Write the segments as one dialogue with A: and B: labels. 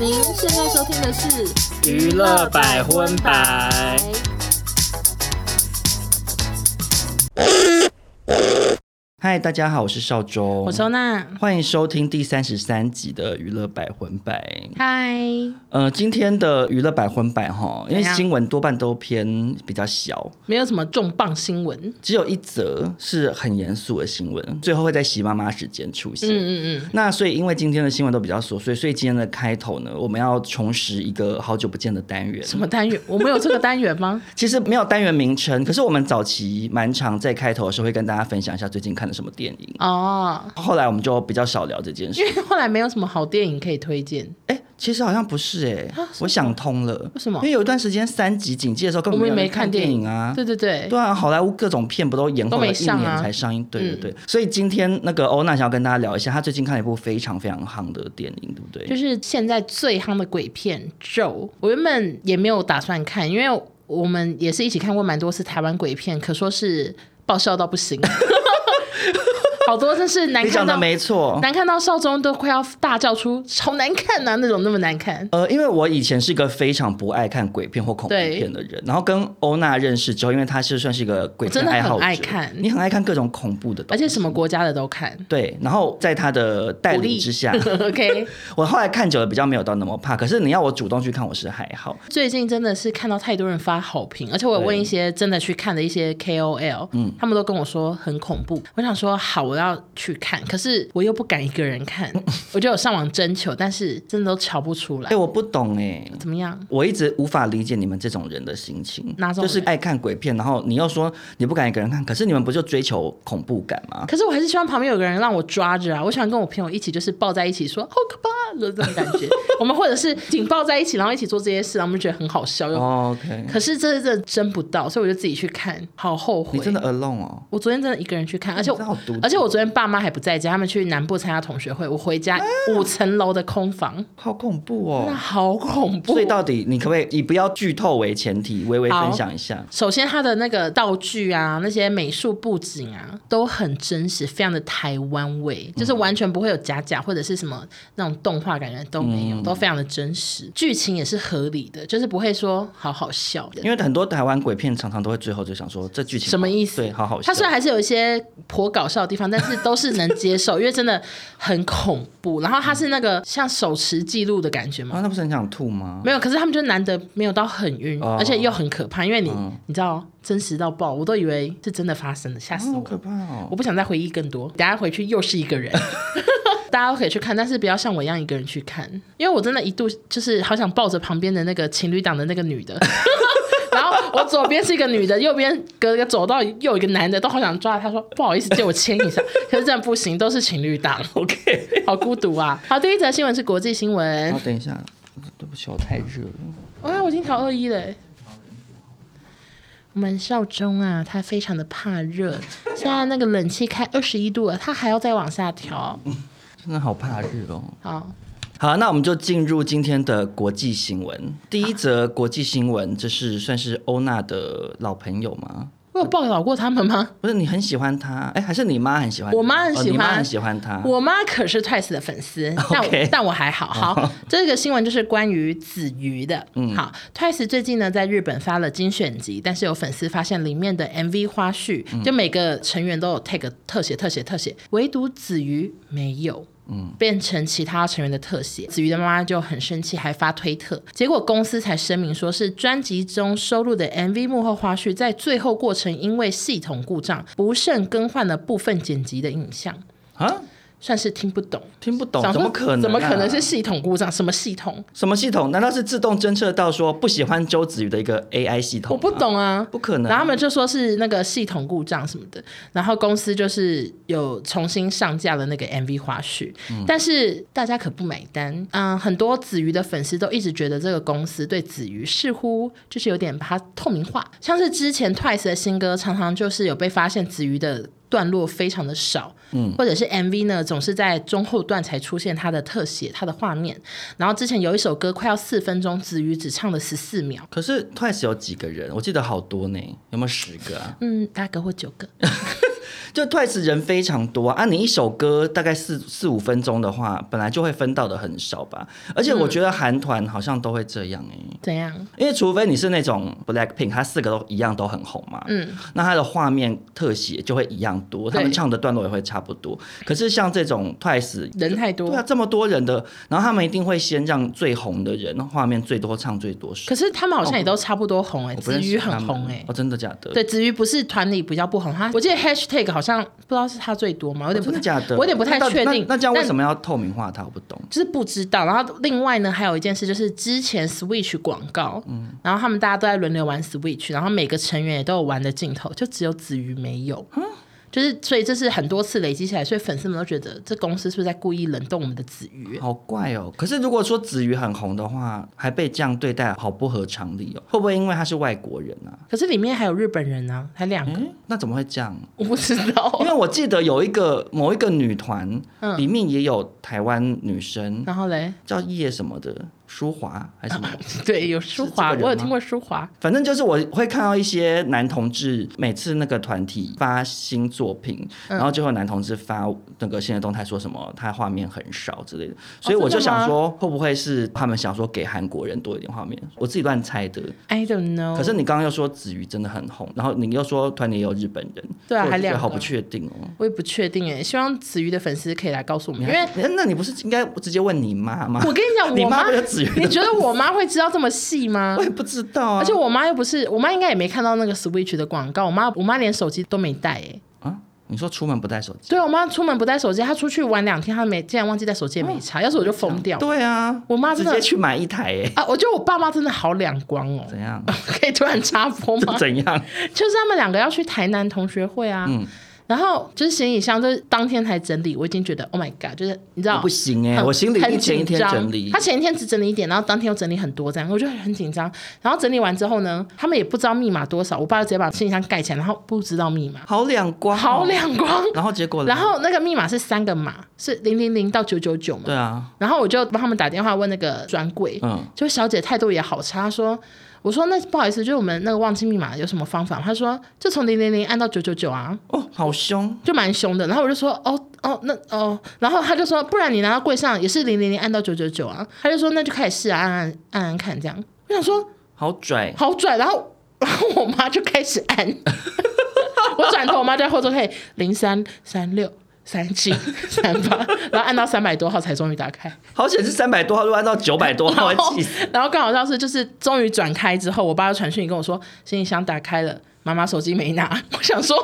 A: 您现在收听的是《
B: 娱乐百分百》。
C: 嗨，大家好，我是邵周，
B: 我收纳，
C: 欢迎收听第三十三集的娱乐百分百。
B: 嗨，
C: 呃，今天的娱乐百分百哈，因为
B: 怎样
C: 新闻多半都偏比较小，
B: 没有什么重磅新闻。
C: 只有一则是很严肃的新闻，最后会在习妈妈时间出现。
B: 嗯嗯嗯，
C: 那所以，因为今天的新闻都比较琐碎，所以今天的开头呢，我们要重拾一个好久不见的单元。
B: 什么单元？ 我们有这个单元吗？
C: 其实没有单元名称，可是我们早期蛮常在开头的时候会跟大家分享一下最近看的什么电影。
B: 哦，
C: 后来我们就比较少聊这件事
B: 因。为后来没有什么好电影可以推荐，
C: 哎、其实好像不是哎、我想通了，
B: 啊为什么
C: 因为有一段时间三级警戒的时候，根
B: 我们
C: 本
B: 也
C: 有人
B: 没
C: 看
B: 电
C: 影啊。
B: 对对对，
C: 对啊，好莱坞各种片不都延后
B: 都
C: 了
B: 没
C: 一
B: 上啊嗯
C: 年才上映？对对对，所以今天那个欧娜想要跟大家聊一下，她最近看了一部非常非常夯的电影，对不对？
B: 就是现在最夯的鬼片《咒》，我原本也没有打算看，因为我们也是一起看过蛮多次台湾鬼片，可说是爆笑到不 行，好多真是难
C: 你
B: 看
C: 讲的
B: 到。
C: 没错。
B: 难看到少中都快要大叫出“好难看啊呐、那种那么难看，
C: 呃，因为我以前是一个非常不爱看鬼片或恐怖
B: 对
C: 片的人，然后跟欧娜认识之后，因为她是算是一个鬼
B: 我真
C: 片
B: 的
C: 爱
B: 很
C: 好者，
B: 爱看
C: 你很爱看各种恐怖的东
B: 而
C: 西，
B: 且什么国家的都看。
C: 对。然后在她的带
B: 鼓
C: 领
B: 励
C: 之下，
B: OK，
C: 我后来看久了比较没有到那么怕，可是你要我主动去看，我是还好。
B: 最近真的是看到太多人发好评，而且我有问一些真的去看的一些 KOL，他们都跟我说很恐怖。我想说好，我要去看，可是我又不敢一个人看，我就有上网征求，但是真的都瞧不出来
C: 哎、。我不懂哎、
B: 怎么样？
C: 我一直无法理解你们这种人的心情
B: 哪，种人
C: 就是爱看鬼片，然后你又说你不敢一个人看，可是你们不就追求恐怖感吗？
B: 可是我还是希望旁边有个人让我抓着啊！我喜欢跟我朋友一起，就是抱在一起说“好可怕”的这种感觉。我们或者是紧抱在一起，然后一起做这些事，然后我们觉得很好笑。又
C: 哦 OK，
B: 可是这这争不到，所以我就自己去看，好后悔。
C: 你真的 alone 哦，
B: 我昨天真的一个人去看，而且
C: 你真的好独
B: 而且我昨天爸妈还不在家，他们去南部参加同学会，我回
C: 啊
B: 家五层楼的空房，
C: 好恐怖哦
B: 那。好恐怖
C: 所以。到底你可不可以以不要剧透为前提，微微
B: 好
C: 分享一下？
B: 首先，它的那个道具啊，那些美术布景啊，都很真实，非常的台湾
C: 嗯
B: 味，就是完全不会有假假或者是什么那种动画感觉都没有，
C: 嗯
B: 都非常的真实。剧情也是合理的，就是不会说好好笑的
C: 因。为很多台湾鬼片常常都会最后就想说这剧情
B: 什么意思
C: 对，好好笑。
B: 它虽然还是有一些颇搞笑的地方，但是都是能接 受，因为真的很恐怖。然后它是那个像手持记录的感觉嘛，
C: 啊，那不是很想吐吗？
B: 没有，可是他们就难得没有到很晕，
C: 哦
B: 而且又很可怕，因为你、你知道真实到爆，我都以为是真的发生的，吓
C: 啊
B: 死
C: 好
B: 我！
C: 可怕哦
B: 我！不想再回忆更多，等下回去又是一个人。 大家都可以去看，但是不要像我一样一个人去看，因为我真的一度就是好想抱着旁边的那个情侣档的那个女的， 然后我左边是一个女的，右边隔个走道又有一个男的，都好想抓他说不好意思借我牵一下，可是真的不行，都是情侣档，
C: OK，
B: 好孤独啊！好，第一则新闻是国际新闻
C: 然后，等一下，对不起，我太热了。
B: 哎、我已经调二一了欸。我们少中啊，他非常的怕热，现在那个冷气开二十一度了，他还要再往下调。
C: 真的好怕热哦。
B: 好，
C: 好，那我们就进入今天的国际新闻。第一则国际新闻，这是算是欧娜的老朋友吗？
B: 我有报道过他们吗？
C: 不是，你很喜欢他，哎，还是你妈很喜欢你？
B: 我妈很
C: 哦
B: 喜
C: 你妈
B: 欢
C: 很喜欢他。
B: 我妈可是 Twice 的粉丝，但我
C: OK
B: 但我还好。好，这个新闻就是关于子瑜的。好，Twice 最近呢在日本发了精选集，但是有粉丝发现里面的 MV 花絮，就每个成员都有 tag 特写、特写、特写，唯独子瑜没有。变成其他成员的特写。子瑜的妈妈就很生气，还发推特，结果公司才声明说是专辑中收录的 MV 幕后花絮，在最后过程因为系统故障，不慎更换了部分剪辑的影像。
C: 啊，
B: 算是听不懂，
C: 听不懂，
B: 想
C: 怎
B: 说
C: 么可能、啊
B: 怎么可能是？系统故障？什么系统？
C: 什么系统？难道是自动侦测到说不喜欢周子瑜的一个 AI 系统？
B: 我不，懂啊。
C: 不可能。
B: 然后他们就说是那个系统故障什么的，然后公司就是有重新上架了那个 MV 花絮，
C: 嗯
B: 但是大家可不买单。嗯，很多子瑜的粉丝都一直觉得这个公司对子瑜似乎就是有点把它透明化，像是之前 Twice 的新歌常常就是有被发现子瑜的。段落非常的少，嗯，或者是 MV 呢，总是在中后段才出现它的特写、它的画面。然后之前有一首歌快要四分钟，子瑜只唱了十四秒，
C: 可是 Twice 有几个人？我记得好多呢，有没有十个啊？
B: 嗯，八个或九个，
C: 就 Twice 人非常多啊，啊你一首歌大概四四五分钟的话，本来就会分到的很少吧。而且我觉得韩团好像都会这样哎、
B: 怎样？
C: 因为除非你是那种 Blackpink，它四个都一样都很红嘛，嗯，那它的画面特写就会一样多，他们
B: 对
C: 唱的段落也会差不多。可是像这种 Twice
B: 人太多
C: 对啊，这么多人的，然后他们一定会先让最红的人画面最多、唱最多首。
B: 可是他们好像也都差不多红哎、
C: 哦我不
B: 子
C: 认识
B: 瑜
C: 他
B: 很
C: 们
B: 红哎、
C: 哦，真的假的？
B: 对，子瑜不是团里比较不红，他我记得 hashtag 好像不知道是他最多嘛，有
C: 哦，
B: 点不太
C: 真的假的？
B: 我有点不太
C: 那到
B: 确
C: 那
B: 定
C: 那这样为
B: 但
C: 什么要透明化它？我不懂。
B: 就是不知道。然后另外呢，还有一件事就是之前 Switch 广告，
C: 嗯
B: 然后他们大家都在轮流玩 Switch，然后每个成员也都有玩的镜头，就只有子瑜没有。
C: 嗯
B: 就是，所以这是很多次累积起来，所以粉丝们都觉得这公司是不是在故意冷冻我们的子瑜？
C: 好怪哦！可是如果说子瑜很红的话，还被这样对待，好不合常理哦。会不会因为他是外国人啊？
B: 可是里面还有日本人啊，还两个，
C: 嗯，那怎么会这样？
B: 我不知
C: 因
B: 道。
C: 为我记得有一个某一个女团，里面也有台湾女生，
B: 然后嘞，
C: 叫叶什么的，舒华还是什么？
B: 对，有舒
C: 是这
B: 华，
C: 个人
B: 我有
C: 吗
B: 听过舒华，
C: 反正就是我会看到一些男同志，每次那个团体发新作品，然后最后男同志发那个新的动态说什么他画面很少之类的，所以我就想说会不会是他们想说给韩国人多一点画面？我自己乱猜的。
B: I don't know。
C: 可是你刚刚又说子瑜真的很红，然后你又说团里也有日本人，
B: 对啊
C: 所以我就觉得
B: 还两个
C: 好不确定哦。
B: 我也不确定哎，希望子瑜的粉丝可以来告诉我们，因为
C: 你哎那你不是应该直接问你妈吗？
B: 我跟你讲，
C: 你
B: 我
C: 妈
B: 妈
C: 不，就子瑜？
B: 你觉得我妈会知道这么细吗
C: 我？也不知道啊。
B: 而且我妈又不是，我妈应该也没看到那个 Switch 的广告。我妈，我妈连手机都没带哎、
C: 啊，你说出门不带手 机？
B: 对我妈出门不带手机，她出去玩两天，她没竟然忘记带手机，也没查。要是我就疯掉。
C: 哦对啊，
B: 我妈
C: 直
B: 真的
C: 接去买一台 诶、
B: 啊，我觉得我爸妈真的好两光哦。
C: 怎样？
B: 可以突然插播吗？
C: 怎样？
B: 就是他们两个要去台南同学会啊。
C: 嗯
B: 然后就是行李箱，就是当天才整理，我已经觉得 Oh my God，就是你知道
C: 我不行哎、
B: 很
C: 我行李
B: 很
C: 一前一
B: 紧
C: 天
B: 张
C: 整理
B: 他，前一天只整理一点，然后当天又整理很多，这样我就很紧张。然后整理完之后呢，他们也不知道密码多少，我爸就直接把行李箱盖起来，然后不知道密码，
C: 好两光、
B: 好。亮光。
C: 然后结果呢，
B: 然后那个密码是三个码，是零零零到九九九嘛
C: 对。啊，
B: 然后我就帮他们打电话问那个专柜，
C: 嗯
B: 就小姐态度也好差，她说。我说那不好意思，就是我们那个忘记密码有什么方法？她说就从零零零按到九九九啊，
C: 哦，好凶，
B: 就蛮凶的。然后我就说哦哦那哦，然后他就说不然你拿到柜上也是零零零按到九九九啊，他就说那就开始试啊按按按按看这样。我想说
C: 好拽，
B: 好拽，然后 然后我妈就开始按， 我转头我妈就在后座可以零三三六三七三八，然后按到三百多号才终于打开。
C: 好险是三百多号，如果按到九百多号， 我
B: 然后
C: 会气死。
B: 然后更 好笑是，就是终于转开之后，我爸就传讯息跟我说，行李箱打开了，妈妈手机没拿。 我想说，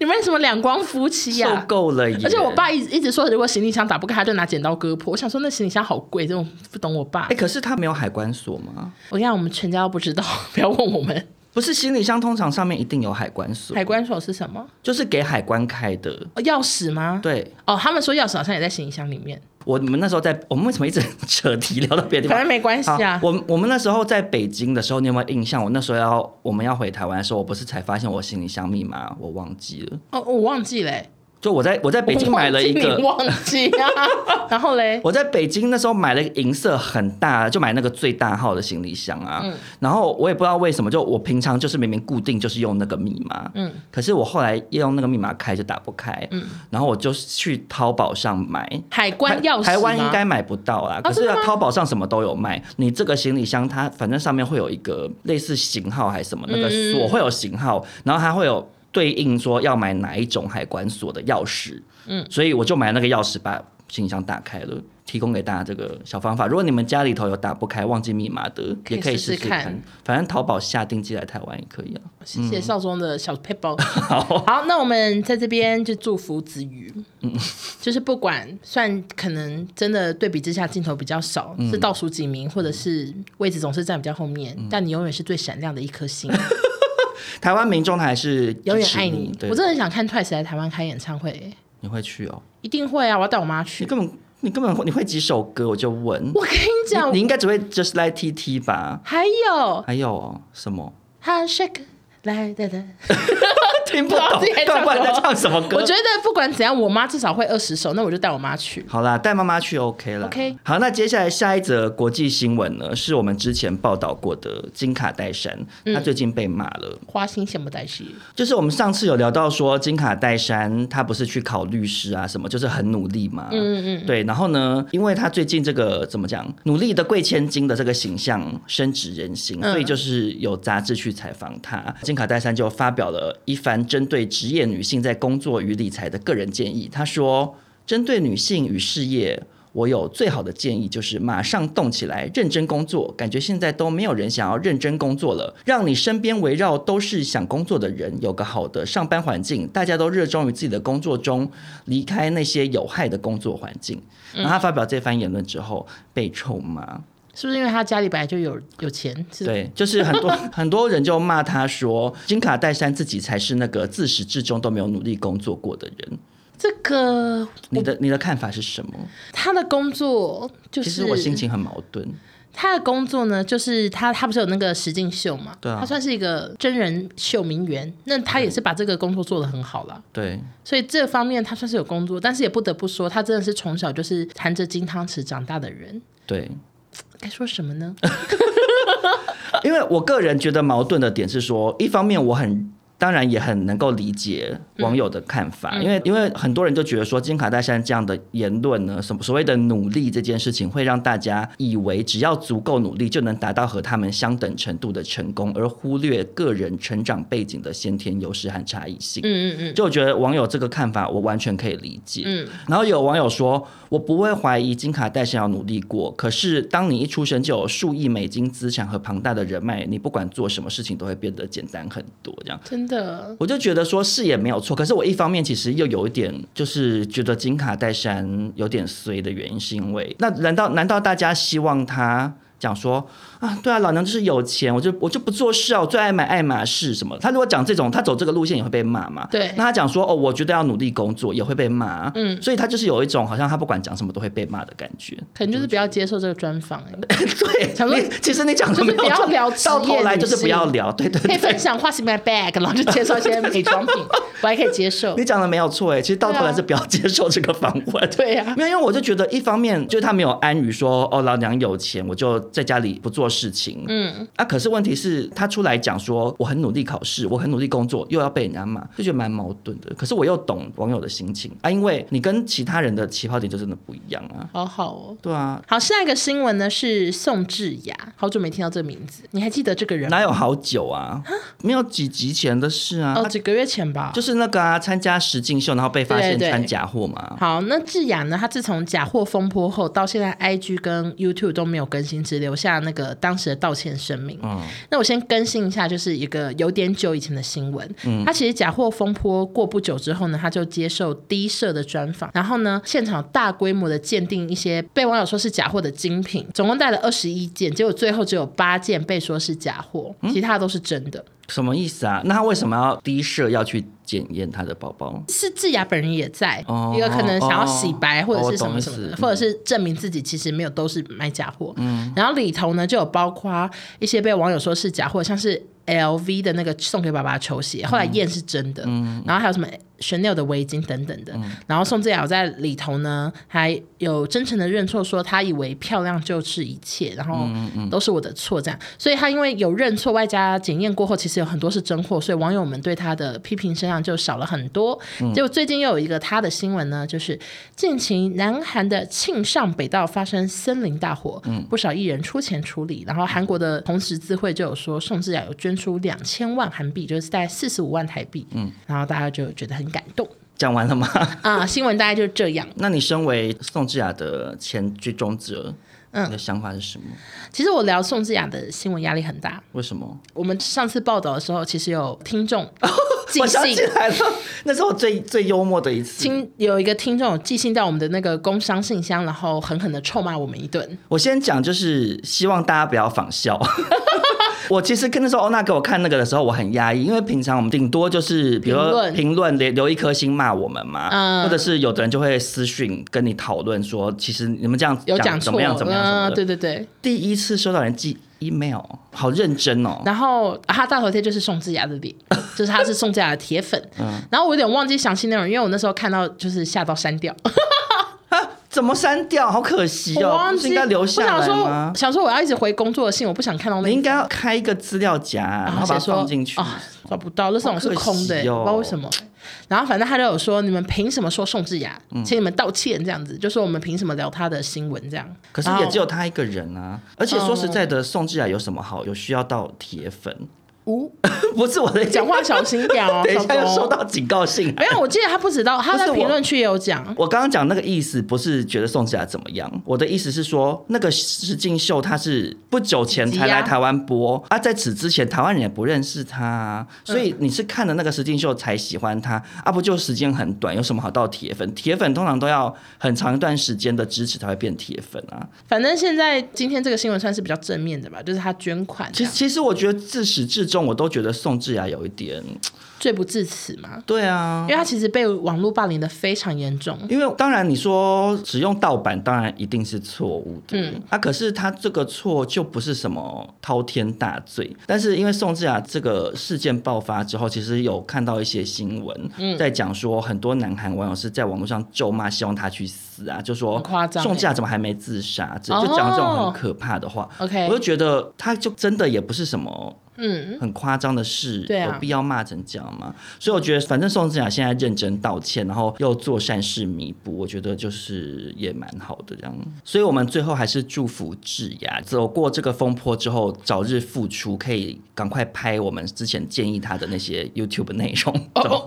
B: 你们什么两光夫妻呀、
C: 受够了耶！
B: 而且我爸一直一直说，如果行李箱打不开，他就拿剪刀割破。我想说，那行李箱好贵，这种不懂我爸
C: 哎、。可是他没有海关锁吗？
B: 我跟你讲，我们全家都不知道，不要问我 们。
C: 不是行李箱通常上面一定有海关锁，
B: 海关锁是什么？
C: 就是给海关开的。
B: 哦钥匙吗？。
C: 对
B: 哦，他们说钥匙好像也在行李箱里面。
C: 我们那时候在，我们为什么一直扯题聊到别的地
B: 反
C: 方？
B: 正没关系啊
C: 好我们我们那时候在北京的时候，你有没有印象？我那时候要我们要回台湾的时候，我不是才发现我行李箱密码我忘记了。
B: 哦，我忘记嘞、
C: 就我在我在北京买了一个，
B: 我 忘记你忘记啊。 然后嘞，
C: 我在北京那时候买了一个银色很大，就买那个最大号的行李箱啊。然后我也不知道为什么，就我平常就是明明固定就是用那个密码，嗯，可是我后来用那个密码开就打不开，嗯，然后我就去淘宝上买。
B: 海关
C: 台
B: 钥匙
C: 台湾应
B: 吗啊
C: 该买不到啦，可是啊
B: 真的吗
C: 淘宝上什么都有卖。你这个行李箱，它反正上面会有一个类似型号还是什么，那个
B: 嗯
C: 锁会有型号，然后它会有对应说要买哪一种海关锁的钥匙。嗯，所以我就买那个钥匙把行李箱打开了。提供给大家这个小方法，如果你们家里头有打不开、忘记密码的，
B: 可以
C: 也可以
B: 试试
C: 试试
B: 看
C: 看。反正淘宝下订寄来台湾也可以啊。
B: 谢谢少中的小 p a p e 嗯 好，那我们在这边就祝福子瑜，就是不管算可能真的对比之下镜头比较少，是倒数几名，或者是位置总是站比较后面，但你永远是最闪亮的一颗星，
C: 台湾民众还是支持
B: 永远爱
C: 你
B: 你。。
C: 对
B: 我真的很想看 Twice 来台湾开演唱会、欸
C: 你会去哦？
B: 一定会啊！我要带我妈
C: 你
B: 去。
C: 根本你根本你会几首歌？我就问。
B: 我跟你讲
C: 你，应该只会 Just Like TT 吧？
B: 还有
C: 还有什么？
B: 他 shake 来，对对，
C: 听不
B: 不知道
C: 懂
B: 自己在，唱
C: 不然
B: 什
C: 在
B: 么
C: 唱什么歌
B: 我？觉得不管怎样，我妈至少会二十首，那我就带我妈去。
C: 好啦，带妈妈去 OK 了。
B: OK
C: 好，那接下来下一则国际新闻呢，是我们之前报道过的金卡戴珊，
B: 嗯
C: 她最近被骂了。
B: 花心羡慕黛西，
C: 就是我们上次有聊到说，金卡戴珊她不是去考律师啊，什么就是很努力嘛。嗯嗯。对，然后呢，因为她最近这个怎么讲，努力的贵千金的这个形象深植人心，
B: 嗯
C: 所以就是有杂志去采访她，金卡戴珊就发表了一番针对职业女性在工作与理财的个人建议。她说，针对女性与事业。我有最好的建议，就是马上动起来，认真工作。感觉现在都没有人想要认真工作了，让你身边围绕都是想工作的人，有个好的上班环境，大家都热衷于自己的工作中，离开那些有害的工作环境。然后他发表这番言论之后被臭骂，
B: 是不是因为她家里本来就有有钱？是，
C: 对，就是很多很多人就骂他说，金卡戴珊自己才是那个自始至终都没有努力工作过的人。
B: 这个
C: 你的你的看法是什么？
B: 她的工作就
C: 其
B: 是
C: 实我心情很矛盾。
B: 他的工作呢，就是他他不是有那个实境秀嘛？
C: 对啊
B: 他算是一个真人秀名媛，那他也是把这个工作做得很好啦。
C: 对，
B: 所以这方面他算是有工作，但是也不得不说，他真的是从小就是含着金汤匙长大的人。
C: 对。
B: 该说什么 呢？
C: 因为我个人觉得矛盾的点是说，一方面我很。当然也很能够理解网友的看法，因为因为很多人就觉得说金卡戴珊这样的言论呢，什么所谓的努力这件事情，会让大家以为只要足够努力就能达到和他们相等程度的成功，而忽略个人成长背景的先天优势和差异性。
B: 嗯嗯嗯，
C: 就我觉得网友这个看法，我完全可以理解。
B: 嗯
C: 然后有网友说，我不会怀疑金卡戴珊要努力过，可是当你一出生就有数亿美金资产和庞大的人脉，你不管做什么事情都会变得简单很多。这样，
B: 真的，
C: 我就觉得说是也没有错，可是我一方面其实又有一点就是觉得金卡戴珊有点衰的原因，是因为那难道难道大家希望他？讲说啊，对啊，老娘就是有钱，我就我就不做事啊，我最爱买爱马仕什么的。他如果讲这种，他走这个路线也会被骂嘛。
B: 对
C: 那他讲说哦，我觉得要努力工作也会被骂。嗯，所以他就是有一种好像他不管讲什么都会被骂的感觉。
B: 可能就是不要接受这个专访、欸，
C: 对，
B: 想说
C: 你其实你讲的
B: 就是
C: 没有
B: 不要
C: 错
B: 聊
C: 到
B: 职业
C: 头来
B: 女
C: 就是不
B: 性
C: 要聊。对对
B: 可
C: 对
B: 以分享 What's in my bag，然后就介绍一些美妆品，我还可以接受
C: 你。讲的没有错哎，其实到头来
B: 对啊
C: 是不要接受这个访 问。
B: 对啊
C: 没有，因为我就觉得一方面就是他没有安于说哦，老娘有钱，我就在家里不做事情。嗯，啊，可是问题是，他出来讲说我很努力考试，我很努力工作，又要被人家骂，就觉得蛮矛盾的。可是我又懂网友的心情啊，因为你跟其他人的起跑点就真的不一样啊。
B: 好好哦。
C: 对啊，
B: 好，下一个新闻呢是宋智雅，好久没听到这个名字，你还记得这个人吗？
C: 哪有好久啊？没有几集前的事啊。
B: 哦，
C: 啊
B: 几个月前吧。
C: 就是那个啊，参加实境秀，然后被发现
B: 对对
C: 穿假货嘛。
B: 好，那智雅呢？她自从假货风波后，到现在 IG 跟 YouTube 都没有更新，只留下那个当时的道歉声明。
C: 嗯，
B: 那我先更新一下，就是一个有点久以前的新闻。
C: 嗯
B: 她其实假货风波过不久之后呢，她就接受低社的专访，然后呢，现场大规模的鉴定一些被网友说是假货的精品，总共带了二十一件，结果最后只有八件被说是假货，
C: 嗯
B: 其他都是真的。
C: 什么意思啊？那他为什么要低设要去检验他的宝宝？
B: 是智雅本人也在，
C: 哦
B: 一个可能想要洗白
C: 哦
B: 或者是什么什
C: 我
B: 么
C: 懂意
B: 的，
C: 思
B: 或者是证明自己其实没有都是卖假货。然后里头呢就有包括一些被网友说是假货，像是 LV 的那个送给爸爸的球鞋，后来验是真的。然后还有什么 Chanel 的围巾等等的。然后宋智雅有在里头呢还有真诚的认错，说她以为漂亮就是一切，然后都是我的错这样。所以她因为有认错，外加检验过后，其实有很多是真货，所以网友们对她的批评声量就少了很多。结果最近又有一个她的新闻呢，就是近期南韩的庆尚北道发生森林大火，
C: 嗯
B: 不少艺人出钱处理，然后韩国的红十字会就有说宋智雅有捐出两千万韩币，就是大概四十五万台币，
C: 嗯
B: 然后大家就觉得很感动。
C: 讲完了吗？
B: 啊、新闻大概就是这样。
C: 那你身为宋智雅的前追踪者，
B: 嗯
C: 你的想法是什么？
B: 其实我聊宋智雅的新闻压力很大。
C: 为什么？
B: 我们上次报道的时候，其实有听 众寄
C: 我想
B: 信
C: 起，来了， 那是我最最幽默的一次。
B: 听有一个听众有寄信到我们的那个工商信箱，然后狠狠的臭骂我们一顿。
C: 我先讲，就是希望大家不要 仿效。我其实跟哦那时候欧娜给我看那个的时候，我很压抑，因为平常我们顶多就是比如
B: 评
C: 说
B: 论
C: 评论留留一颗星骂我们嘛，
B: 嗯
C: 或者是有的人就会私讯跟你讨论说，其实你们这样
B: 有
C: 讲
B: 讲错，
C: 怎
B: 啊
C: 么样怎么样什么的。
B: 嗯对对对，
C: 第一次收到人寄 email，好认真哦。
B: 然后、啊他大头贴就是宋智雅的脸， 就是他是宋智雅的铁粉。
C: 嗯
B: 然后我有点忘记详细内容，因为我那时候看到就是吓到删掉，
C: 怎么删掉？好可惜
B: 我
C: 哦，
B: 忘
C: 不是
B: 记
C: 应该留下
B: 我
C: 来
B: 想
C: 吗
B: 说，？想说我要一直回工作的信，我不想看到那
C: 你
B: 个
C: 应该要开一个资料夹，然
B: 然后
C: 后把它
B: 啊写说
C: 放进去。
B: 啊，找不到，那种是空的、
C: 好可
B: 欸，
C: 惜哦
B: 不知道为什么。然后反正他就有说，你们凭什么说宋智雅？
C: 嗯
B: 请你们道歉，这样子，就说我们凭什么聊他的新闻这样？
C: 可是
B: 然后
C: 也只有他一个人
B: 哦
C: 啊，而且说实在的，宋智雅有什么好？有需要到铁粉？
B: 无
C: 不是我的
B: 讲，话小心点哦，
C: 等一下又
B: 小
C: 收
B: 狗。
C: 到警告信。
B: 没有，我记得他不知道，他在
C: 不是我
B: 评论区也有讲。
C: 我刚刚讲那个意思不是觉得宋智雅怎么样，我的意思是说，那个石敬秀他是不久前才来台湾播啊，在此之前台湾人也不认识他、啊，所以你是看了那个石敬秀才喜欢他啊，不就时间很短，有什么好到铁粉？铁粉通常都要很长一段时间的支持才会变铁粉啊。
B: 反正现在今天这个新闻算是比较正面的吧，就是他捐款这
C: 其
B: 样，
C: 实其实我觉得自始至终我都觉得宋智雅有一点，
B: 罪不至死嘛，
C: 对啊
B: 因为。他其实被网络霸凌的非常严重。
C: 因为当然你说使用盗版，当然一定是错误的。嗯，啊，可是他这个错就不是什么滔天大罪。但是因为宋智雅这个事件爆发之后，其实有看到一些新闻，
B: 嗯
C: 在讲说很多南韩网友是在网络上咒骂，希望他去死啊，就说
B: 很夸张欸
C: 宋智雅怎么还没自杀，这
B: 哦
C: 就讲这种很可怕的话。
B: OK
C: 我就觉得他就真的也不是什么。
B: 嗯，
C: 很夸张的事，
B: 对啊
C: 有必要骂成这样吗？所以我觉得，反正宋智雅现在认真道歉，然后又做善事弥补，我觉得就是也蛮好的这样。所以我们最后还是祝福智雅走过这个风波之后，早日复出，可以赶快拍我们之前建议她的那些 YouTube 内容。
B: 哦，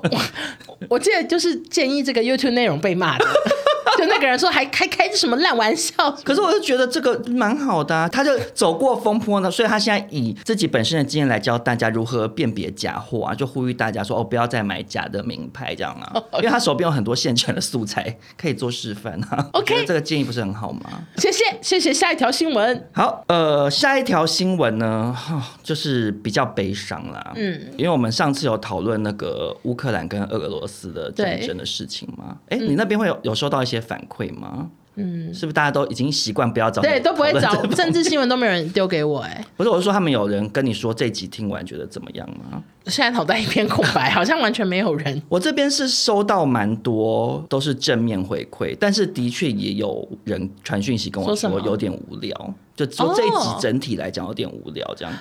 B: 我我记得就是建议这个 YouTube 内容被 骂的，就那个人说还还开什么烂玩笑，
C: 可是我就觉得这个蛮好的、啊，他就走过风波呢，所以他现在以自己本身的经验来教大家如何辨别假货啊，就呼吁大家说哦，不要再买假的名牌这样啊，因为他手边有很多现成的素材可以做示范啊。
B: OK
C: 我觉得这个建议不是很好吗？
B: 谢谢谢谢，下一条新闻，
C: 好，呃，下一条新闻呢， 哈就是比较悲伤啦。嗯，因为我们上次有讨论那个乌克兰跟俄罗斯的战争的事情嘛。哎、你那
B: 嗯
C: 边会有有收到一些反馈吗？嗯，是不是大家都已经习惯不要找你
B: 对，都不会
C: 讨论这
B: 找
C: 种
B: 政治新闻都没有人丢给我、哎，
C: 不是，我是说他们有人跟你说这集听完觉得怎么样吗？
B: 现在脑袋一片空 白，好像完全没有人。
C: 我这边是收到蛮多都是正面回馈，但是的确也有人传讯息跟我
B: 说什
C: 说
B: 么
C: 有点无聊，就说这一集整体来讲有点无聊 这样。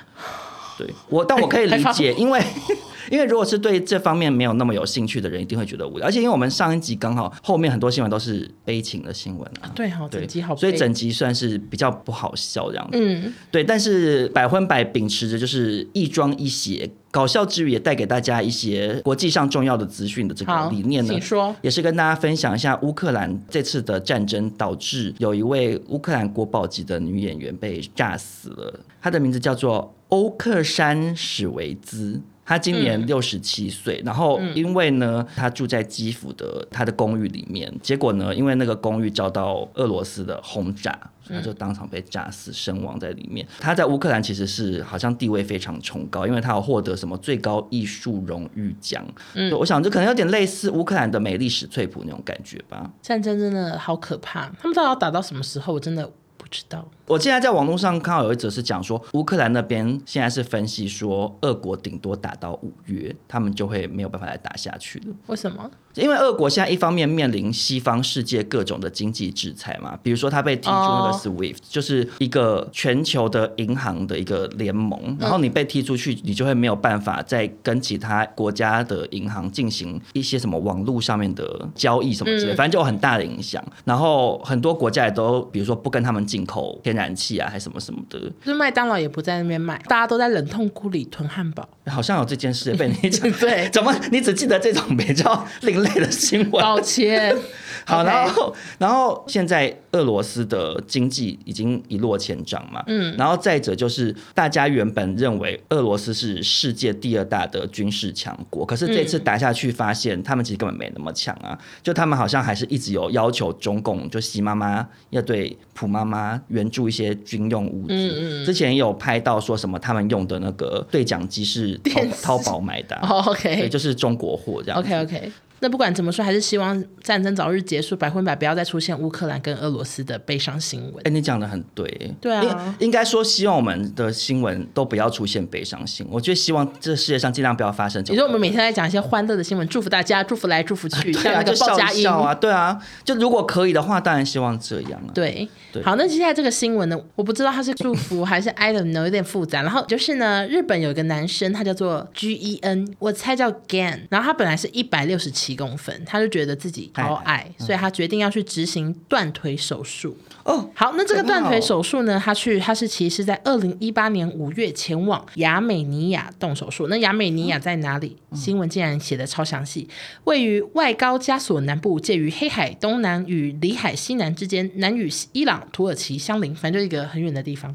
C: 对我，但我可以理解，因为 因为如果是对这方面没有那么有兴趣的人，一定会觉得无聊。而且因为我们上一集刚好后面很多新闻都是悲情的新闻啊，
B: 对好，哦整集好悲，
C: 所以整集算是比较不好笑这样子。
B: 嗯，
C: 对，但是百分百秉持着就是一庄一谐，搞笑之余也带给大家一些国际上重要的资讯的这个
B: 好，
C: 理念呢
B: 请。说。
C: 也是跟大家分享一下乌克兰这次的战争导致有一位乌克兰国宝级的女演员被炸死了，她的名字叫做欧克山史维兹。她今年六十七岁，然后因为呢，她住在基辅的她的公寓里面，结果呢，因为那个公寓遭到俄罗斯的轰炸，所以她就当场被炸死，身亡在里面。她在乌克兰其实是好像地位非常崇高，因为她有获得什么最高艺术荣誉奖，对我想这可能有点类似乌克兰的美丽史翠普那种感觉吧。
B: 战争真的好可怕，他们到底要打到什么时候？我真的不知道。
C: 我现在在网络上看到有一则是讲说，乌克兰那边现在是分析说，俄国顶多打到五月，他们就会没有办法再打下去了。
B: 为什么？
C: 因为俄国现在一方面面临西方世界各种的经济制裁嘛，比如说它被踢出那个
B: 哦
C: SWIFT，、就是一个全球的银行的一个联盟，然后你被踢出去，你就会没有办法再跟其他国家的银行进行一些什么网络上面的交易什么之类，反正就有很大的影响。然后很多国家也都，比如说不跟他们进口天然气啊，还什么什么的，
B: 就是麦当劳也不在那边卖，大家都在冷冻库里囤汉堡。。
C: 好像有这件事被你讲
B: 对，
C: 怎么？你只记得这种比较另类的新闻？
B: 抱歉。
C: 好，
B: OK
C: 然后然后现在俄罗斯的经济已经一落千丈嘛，嗯，然后再者就是大家原本认为俄罗斯是世界第二大的军事强国，可是这
B: 嗯
C: 次打下去发现他们其实根本没那么强啊，就他们好像还是一直有要求中共就习妈妈要对普妈妈援助一些军用物资，
B: 嗯
C: 之前也有拍到说什么他们用的那个对讲机是
B: 电视
C: 淘淘宝买的 啊、
B: 哦
C: 对，嗯
B: ，OK
C: 就是中国货这样子
B: OK OK，那不管怎么说，还是希望战争早日结束，百分百不要再出现乌克兰跟俄罗斯的悲伤新闻
C: 哎、。你讲的很对。
B: 对啊
C: 应应该说，希望我们的新闻都不要出现悲伤新闻。我觉得希望这世界上尽量不要发生这种。
B: 你说我们每天在讲一些欢乐的新闻，祝福大家，祝福来，祝福去，
C: 对
B: 像
C: 啊，
B: 那
C: 就
B: 个
C: 笑
B: 鲍
C: 一
B: 家英
C: 笑啊，对啊，就如果可以的话，当然希望这样啊。
B: 对，
C: 对
B: 好，那接下来这个新闻呢，我不知道它是祝福还是 I don't know，有点复杂。然后就是呢，日本有一个男生，他叫做 G E N，我猜叫 Gan。然后他本来是一百六十七公分，他就觉得自己好矮，所以他决定要去执行断腿手术。
C: 哦，
B: 好，那这个
C: 很好
B: 断腿手术呢，他去他是其实在二零一八年五月前往亚美尼亚动手术。那亚美尼亚在哪里？新闻竟然写的超详细，位于外高加索南部，介于黑海东南与里海西南之间，南与伊朗、土耳其相邻，反正就一个很远的地方。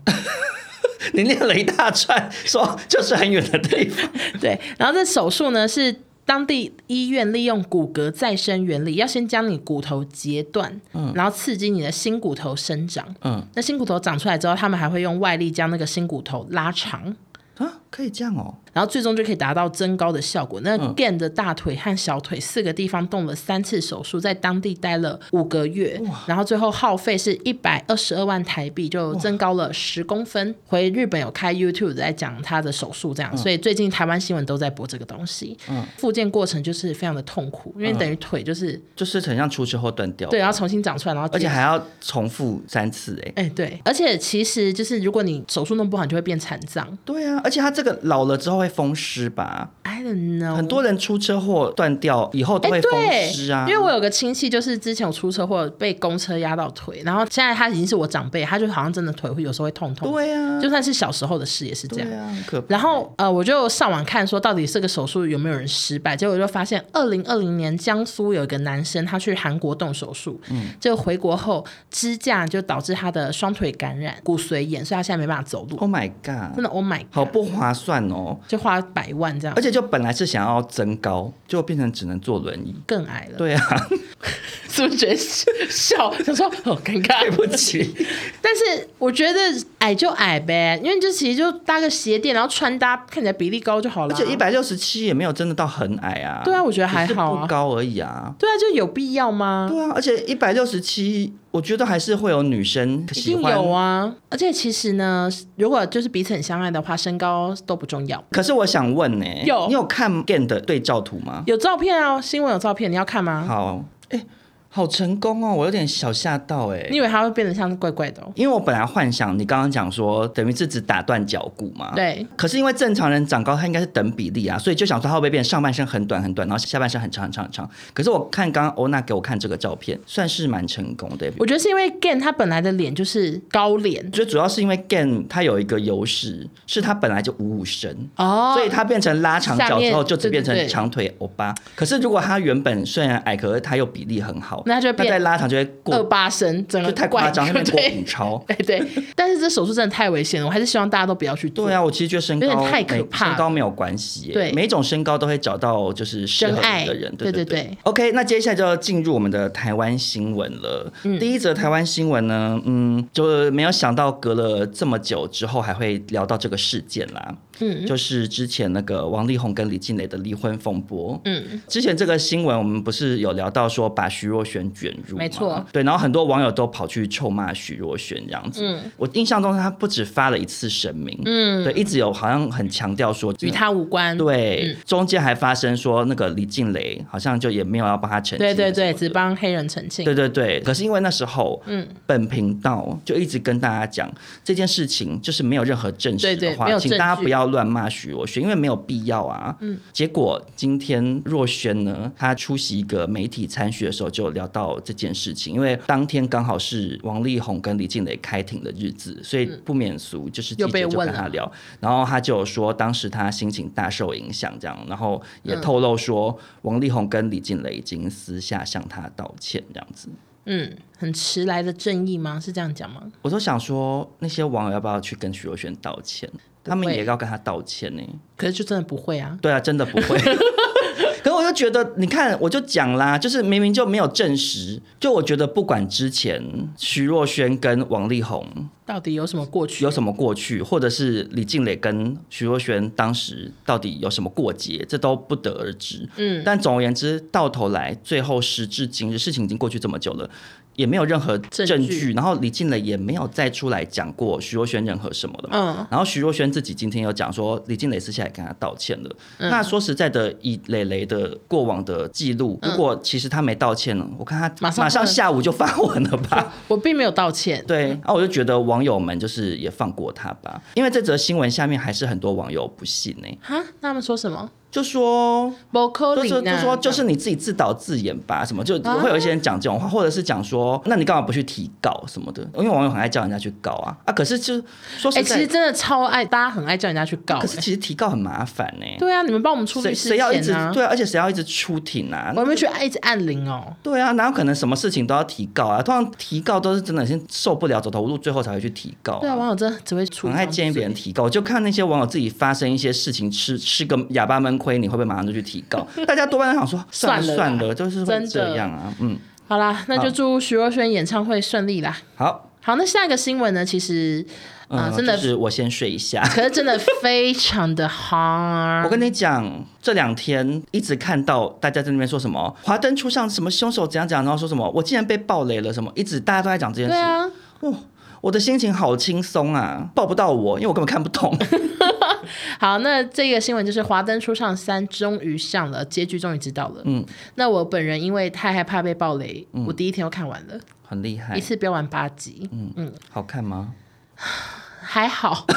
C: 你念了一大串，说就是很远的地方。
B: 对，然后这手术呢是当地医院利用骨骼再生原理，要先将你骨头截断，然后刺激你的新骨头生长。
C: 嗯
B: 那新骨头长出来之后，他们还会用外力将那个新骨头拉长。
C: 啊，可以这样哦。
B: 然后最终就可以达到增高的效果。那
C: 嗯
B: Gan 的大腿和小腿四个地方动了三次手术，在当地待了五个月，然后最后耗费是一百二十二万台币，就增高了十公分。回日本有开 YouTube 在讲他的手术这
C: 嗯
B: 样，所以最近台湾新闻都在播这个东西。嗯，复健过程就是非常的痛苦，
C: 嗯
B: 因为等于腿就是、
C: 就是很像出去后断掉，
B: 对，啊然后重新长出来，然后
C: 而且
B: 接
C: 还要重复三次哎、
B: 哎、对，而且其实就是如果你手术弄不好，你就会变残障。
C: 对啊，而且他这个老了之后会风湿吧？
B: I don't know，
C: 很多人出车祸断掉以后都
B: 哎，
C: 会风
B: 对，
C: 湿啊。
B: 因为我有个亲戚，就是之前有出车祸被公车压到腿，然后现在他已经是我长辈，他就好像真的腿会有时候会痛痛，
C: 对啊，
B: 就算是小时候的事也是这样
C: 对。啊，很可怕
B: 然后呃，我就上网看说到底这个手术有没有人失败，结果就发现二零二零年江苏有一个男生他去韩国动手术，嗯，就回国后支架就导致他的双腿感染骨髓炎，所以他现在没办法走路，
C: Oh my
B: 真
C: god，
B: 的 Oh my，God,
C: 好不划算哦！
B: 就花百万这样
C: 而，且就本来是想要增高，就变成只能坐轮椅。
B: 更矮了，
C: 对啊，
B: 是不是觉得笑？想说好尴尬，
C: 对不起。
B: 啊但是我觉得矮就矮呗，因为就其实就搭个鞋垫，然后穿搭看起来比例高就好了。
C: 而且一百六十七也没有真的到很矮啊。
B: 对啊我觉得
C: 只是
B: 还好啊
C: 不高而已啊。
B: 对啊，就有必要吗？
C: 对啊，而且一百六十七，我觉得还是会有女生
B: 一
C: 喜
B: 定
C: 欢。
B: 有啊！而且其实呢，如果就是彼此很相爱的话，身高都不重要。
C: 可是我想问呢、
B: 有
C: 你有看 Gain 的对照图吗？
B: 有照片啊，新闻有照片，你要看吗？
C: 好，哎、好成功哦，我有点小吓到哎、
B: 你以为他会变得像是怪怪的、哦？
C: 因为我本来幻想你刚刚讲说，等于是只打断脚骨嘛。。
B: 对，
C: 可是因为正常人长高，他应该是等比例啊，所以就想说他会不会变上半身很短很短，然后下半身很长很长很长。可是我看刚刚欧娜给我看这个照片，算是蛮成功的。
B: 我觉得是因为 Gan 他本来的脸就是高脸
C: 觉得主要是因为 Gain 它有一个优势，是它本来就五五身。
B: 哦，
C: 所以它变成拉长
B: 下
C: 脚
B: 面
C: 之后，就只变
B: 对对
C: 成
B: 对
C: 长腿欧巴。可是如果它原本虽然矮，可是它又比例很好，
B: 那它就变
C: 再拉长就会
B: 二
C: 过，
B: 八身整
C: 就
B: 个
C: 太夸张，它
B: 怪
C: 变郭
B: 对
C: 品超。
B: 对哎对。但是这手术真的太危险了，我还是希望大家都不要去做。
C: 对啊，我其实觉得身
B: 有
C: 高
B: 点太可
C: 没
B: 怕了
C: 身高没有关系耶，
B: 对
C: 每一种身高都会找到就是适合
B: 真爱
C: 你的人，
B: 对
C: 对
B: 对对
C: 对。OK，那接下来就要进入我们的台湾新闻了。
B: 嗯
C: 第一则台湾新闻呢，嗯，就是没有想到隔了这么久之后还会聊到这个事件啦。嗯，就是之前那个王力宏跟李静蕾的离婚风波。嗯，之前这个新闻我们不是有聊到说把徐若瑄卷入吗，
B: 没错
C: 对，然后很多网友都跑去臭骂徐若瑄这样子。
B: 嗯
C: 我印象中他不止发了一次声明，嗯，对，一直有好像很强调说
B: 与。他嗯无关。
C: 对，中间还发生说那个李静蕾好像就也没有要帮他澄清
B: 对
C: 什么
B: 对
C: 的，
B: 对，只帮黑人澄清。
C: 对对对。可是因为那时候，嗯，本频道就一直跟大家讲这件事情就是没有任何证实
B: 对对
C: 的话，
B: 没有证
C: 请
B: 据
C: 大家不要乱骂徐若瑄，因为没有必要啊。嗯。结果今天若瑄呢，她出席一个媒体参叙的时候就聊到这件事情，因为当天刚好是王力宏跟李静蕾开庭的日子，所以不免俗，就是记
B: 又被
C: 者就
B: 问
C: 跟他
B: 了
C: 聊，然后他就有说当时他心情大受影响，这样，然后也透露说王力宏跟李静蕾已经私下向他道歉，这样子。
B: 嗯，很迟来的正义吗？是这样讲吗？
C: 我都想说，那些网友要不要去跟徐若瑄道歉？他们也要跟他道歉呢、
B: 可是就真的不会啊。
C: 对啊，真的不会。可是我就就觉得，你看，我就讲啦，就是明明就没有证实。就我觉得，不管之前徐若瑄跟王力宏
B: 到底有什么过去？
C: 有什么过去，或者是李静蕾跟徐若瑄当时到底有什么过节，这都不得而知。
B: 嗯，
C: 但总而言之，到头来最后时至今日，事情已经过去这么久了，也没有任何证据，
B: 证据
C: 然后李静蕾也没有再出来讲过徐若瑄任何什么的嘛。
B: 嗯
C: 然后徐若瑄自己今天有讲说，李静蕾私下也跟她道歉了。
B: 嗯
C: 那说实在的，以蕾蕾的过往的记录，如果其实她没道歉呢，我看她
B: 嗯马上
C: 下午就发文了吧？
B: 我并没有道歉。
C: 对，啊，我就觉得网友们就是也放过他吧，因为这则新闻下面还是很多网友不信呢、
B: 哈，那他们说什么？
C: 就说。
B: 不可
C: 就
B: 能
C: 是
B: 啊
C: 就说就是你自己自导自演吧，什么就会有一些人讲这种话，或者是讲说，那你干嘛不去提告什么的？因为网友很爱叫人家去告啊啊！可是就说
B: 哎、
C: 实
B: 其
C: 在，
B: 实真的超爱，大家很爱叫人家去告、
C: 可是
B: 哎
C: 其实提告很麻烦呢、
B: 对啊，你们帮我们出
C: 谁
B: 律师
C: 谁要一直
B: 钱啊？
C: 对啊，而且谁要一直出庭啊？
B: 我们去一直按铃哦。
C: 对啊，哪有可能什么事情都要提告啊？通常提告都是真的先受不了走投无路，最后才会去提告、
B: 对啊，网友真的只会出。
C: 哦很爱建议别人。提告，我就看那些网友自己发生一些事情，吃吃个哑巴闷亏，你会不会马上就去提 告？大家多半都想说，算了
B: 算了
C: 算
B: 啦
C: 了，就是
B: 真
C: 会
B: 的
C: 这样啊。嗯，
B: 好啦，那就祝徐若瑄演唱会顺利啦。
C: 好，
B: 好，那下一个新闻呢？其 实啊、
C: 嗯，
B: 真的，啊
C: 就是我先睡 一下。
B: 可是真的非常的 hard。
C: 我跟你讲，这两天一直看到大家在那边说什么“华灯初上”，什么凶手怎样怎样，然后说什么我竟然被暴雷了，什么一直大家都在讲这件
B: 对
C: 事。
B: 啊，
C: 我的心情好轻松啊，抱不到我，因为我根本看 不懂。
B: 好，那这个新闻就是《华灯初上三》终于上了，结局终于知道了。嗯，那我本人因为太害怕被暴雷，
C: 嗯
B: 我第一天就看完了，
C: 很厉害
B: 一，次飙完八集，
C: 嗯好看吗？
B: 还好。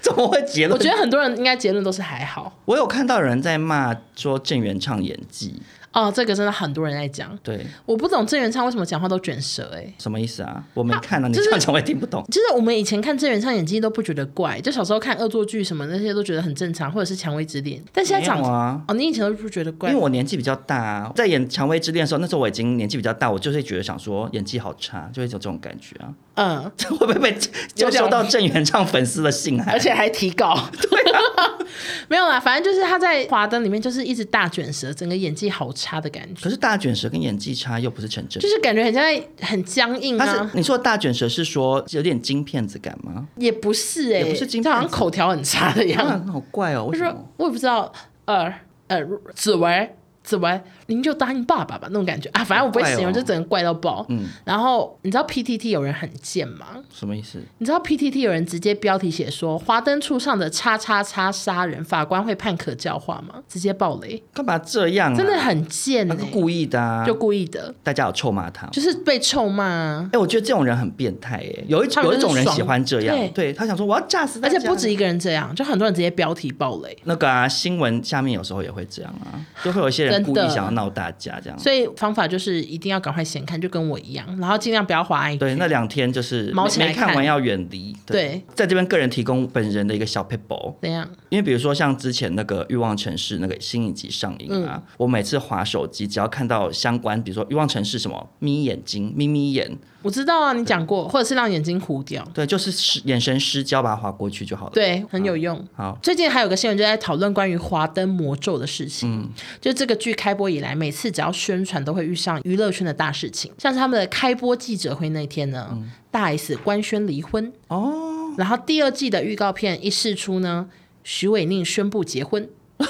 C: 怎么会结
B: 我
C: 论
B: 觉？得很多人应该结论都是还好。
C: 我有看到有人在骂说郑元畅演技，
B: 哦，这个真的很多人在讲，
C: 对，
B: 我不懂郑元畅为什么讲话都卷舌哎、
C: 什么意思啊？我没看啊，你
B: 就是
C: 这样讲我也听不懂。
B: 就是我们以前看郑元畅演技都不觉得怪，就小时候看恶作剧什么那些都觉得很正常，或者是《蔷薇之恋》，但现在
C: 没有
B: 长、
C: 啊，
B: 哦，你以前都不觉得怪
C: 因为，我年纪比较大、啊，在演《蔷薇之恋》的时候，那时候我已经年纪比较大，我就是觉得想说演技好差，就会有这种感觉啊。
B: 嗯，
C: 这会不会被就收到郑元畅粉丝的信函？
B: 而且还提 高，对啊， 没有啦，反正就是他在《华灯》里面就是一直大卷舌，整个演技好差的感觉，
C: 可是大卷舌跟演技差又不是成正
B: 就。是感觉很像在很僵硬
C: 但是
B: 啊，
C: 你说的大卷舌是说有点金片子感吗？
B: 也不是哎、欸，
C: 也不是金
B: 就好
C: 胖
B: 像
C: 子
B: 口条很差的样子。
C: 啊，好怪哦，
B: 他
C: 为什
B: 说
C: 么？
B: 我也不知道，呃呃，子文子文，您就答应爸爸吧那种感觉啊，反正我不会
C: 好怪
B: 形容，
C: 哦
B: 就整个怪到爆。
C: 嗯
B: 然后你知道 PTT 有人很贱吗？
C: 什么意思？
B: 你知道 PTT 有人直接标题写说“华灯初上的叉叉叉杀人，法官会判可教化吗？”直接爆雷，
C: 干嘛这样、啊？
B: 真的很贱、
C: 那
B: 欸
C: 个故意的、啊，
B: 就故意的，
C: 大家有臭骂他吗。
B: 就是被臭骂啊
C: 哎、。我觉得这种人很变态哎、有一
B: 他们
C: 有
B: 就是
C: 一种人
B: 爽
C: 喜欢这样，
B: 对
C: 对他想说我要炸死大
B: 而
C: 家，
B: 且不止一个人这样，就很多人直接标题爆雷。
C: 那个啊，新闻下面有时候也会这样啊，就会有一些人
B: 真
C: 故
B: 的
C: 意想要闹大家这样。
B: 所以方法就是一定要赶快先看，就跟我一样，然后尽量不要滑 IG。
C: 对，那两天就是
B: 毛
C: 没
B: 起来
C: 没看
B: 看
C: 完要远离。
B: 对
C: 在这边个人提供本人的一个小 paper，
B: 怎样？
C: 因为比如说像之前那个《欲望城市》那个新一集上映啊，
B: 嗯
C: 我每次划手机，只要看到相关，比如说《欲望城市》什么眯眼睛、眯眯眼，
B: 我知道啊，你讲过，或者是让眼睛糊掉，
C: 对，就是失眼神失焦，把它划过去就好了。，
B: 对，很有用。
C: 好，
B: 最近还有个新闻就在讨论关于《华灯魔咒》的事情。就这个剧开播以来，每次只要宣传都会遇上娱乐圈的大事情，像是他们的开播记者会那天呢，大 S 官宣离婚哦，然后第二季的预告片一释出呢，徐伟宁宣布结婚。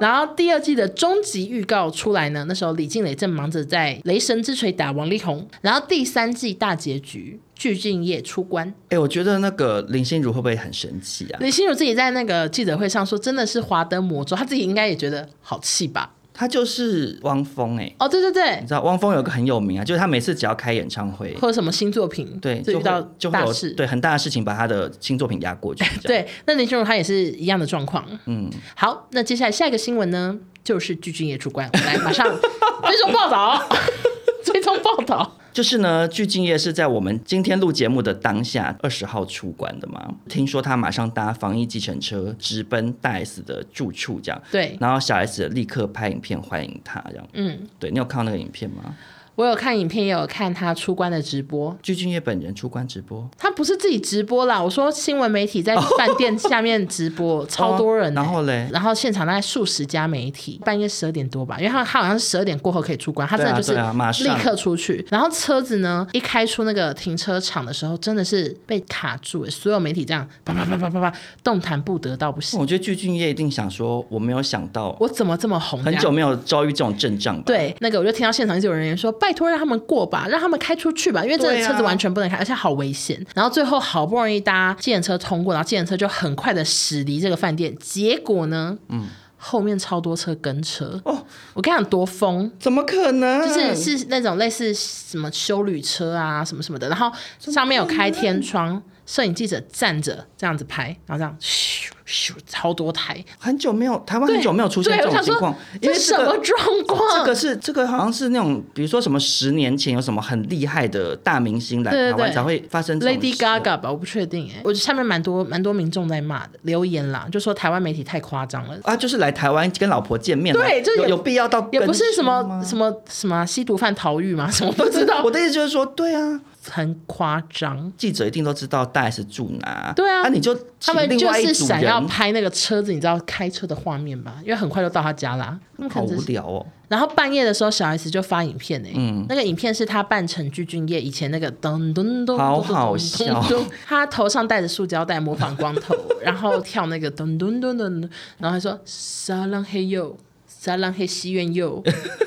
B: 然后第二季的终极预告出来呢，那时候李静蕾正忙着在《雷神之锤》打王力宏，然后第三季大结局具俊晔出关，
C: 哎、我觉得那个林心如会不会很生气啊？
B: 李心如自己在那个记者会上说，真的是华灯魔咒，她自己应该也觉得好气吧？
C: 她就是汪峰哎、
B: 哦，对对对
C: 你，知道汪峰有个很有名啊，就是他每次只要开演唱会，
B: 或者什么新作品，
C: 对，
B: 就
C: 就
B: 遇到
C: 会就会
B: 大
C: 有
B: 事，
C: 对很大的事情把他的新作品压过去。这样，
B: 对那林心如她也是一样的状况。嗯，好，那接下来下一个新闻呢，就是巨俊也出关，我们来马 上追踪报道， 追踪报道。
C: 就是呢，具敬业是在我们今天录节目的当下二十号出关的嘛。听说他马上搭防疫计程车直奔大 S 的住处，这样。
B: 对，
C: 然后小 S 立刻拍影片欢迎他，这样。
B: 嗯，
C: 对你有看到那个影片吗？
B: 我有看影片，也有看他出关的直播。
C: 鞠婧祎本人出关直播，
B: 他不是自己直播啦，我说新闻媒体在饭店下面直播，超多人、欸。
C: 哦然后嘞，
B: 然后现场大概数十家媒体，半夜十二点多吧，因为他他好像是十二点过后可以出关，他真的就
C: 对啊对啊马
B: 是立
C: 上
B: 刻出去。然后车子呢，一开出那个停车场的时候，真的是被卡住、欸，所有媒体这样啪啪啪啪啪啪，动弹不得到不行。
C: 我觉得鞠婧祎一定想说，我没有想到，
B: 我怎么这么红？
C: 很久。没有遭遇这种阵仗吧？，
B: 对，那个我就听到现场一直有人说：“拜托让他们过吧，让他们开出去吧，因为这个
C: 对啊
B: 车子完全不能开，而且好危险。”然后最后好不容易搭计程车通过，然后计程车就很快的驶离这个饭店。结果呢，嗯，后面超多车跟车。
C: 哦，嗯
B: 我跟你讲多疯，
C: 怎么可能？
B: 就是是那种类似什么修旅车啊什么什么的，然后上面有开天窗，摄影记者站着这样子拍，然后这样咻咻超多台，
C: 很久没有台湾很久没有出现
B: 对
C: 这
B: 我
C: 种
B: 想
C: 情
B: 说
C: 况，因
B: 这
C: 为
B: 什
C: 这
B: 么
C: 个。
B: 状况？
C: 这个是这个好像是那种，比如说什么十年前有什么很厉害的大明星来
B: 对对
C: 台湾
B: 对
C: 才会发生这种
B: Lady
C: 事啊
B: Gaga 吧，我不确定哎、我下面蛮多蛮多民众在骂的留言啦，就说台湾媒体太夸张了。
C: 啊，就是来台湾跟老婆见面啊，
B: 对就
C: 有
B: 也
C: 有必要到
B: 也不
C: 跟
B: 是什么
C: 亲吗
B: 什么什么啊吸毒犯逃狱 嘛，什么不知道
C: 我，的意思就是说，对啊，
B: 很夸张。
C: 记者一定都知道大 S 住哪，
B: 对啊
C: 那你就
B: 他
C: 请
B: 们
C: 另
B: 就
C: 外一
B: 是
C: 组
B: 想要
C: 人
B: 拍那个车子，你知道开车的画面吧？因为很快就到他家啦。他们可
C: 好
B: 能只
C: 无
B: 是
C: 聊哦，
B: 然后半夜的时候，小 S 就发影片诶、那个影片是她扮成鞠婧祎以前那个噔噔噔，
C: 好好笑
B: 咚咚咚她头上戴着塑胶袋模仿光头，然后跳那个噔噔噔噔，然后还说沙浪嘿哟，沙浪嘿西苑 哟，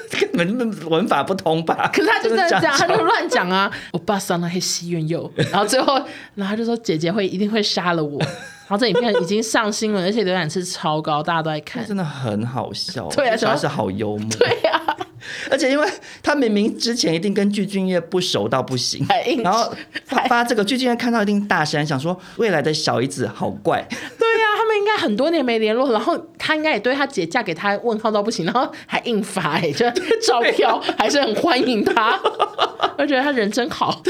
C: 根本文法不通吧？
B: 可是她就真的这样，她就
C: 讲
B: 乱讲 啊，我爸沙浪嘿西苑哟， 然后最后，然后她就说姐姐会一定会杀了我， 然后这影片已经上新闻，而且浏览次超高，大家都在看，
C: 真的很好笑，
B: 对啊
C: 这小孩
B: 想
C: 是好幽默，
B: 对呀、啊。
C: 而且因为他明明之前一定跟具俊祎不熟到不行
B: 还 硬，
C: 然后发发这个具俊祎看到一定大声想说未来的小姨子好怪，
B: 对呀、他们应该很多年没联络，然后他应该也对他姐嫁给他问号到不行，然后还硬发哎、就照票还是很欢迎他，我觉得他人真 好。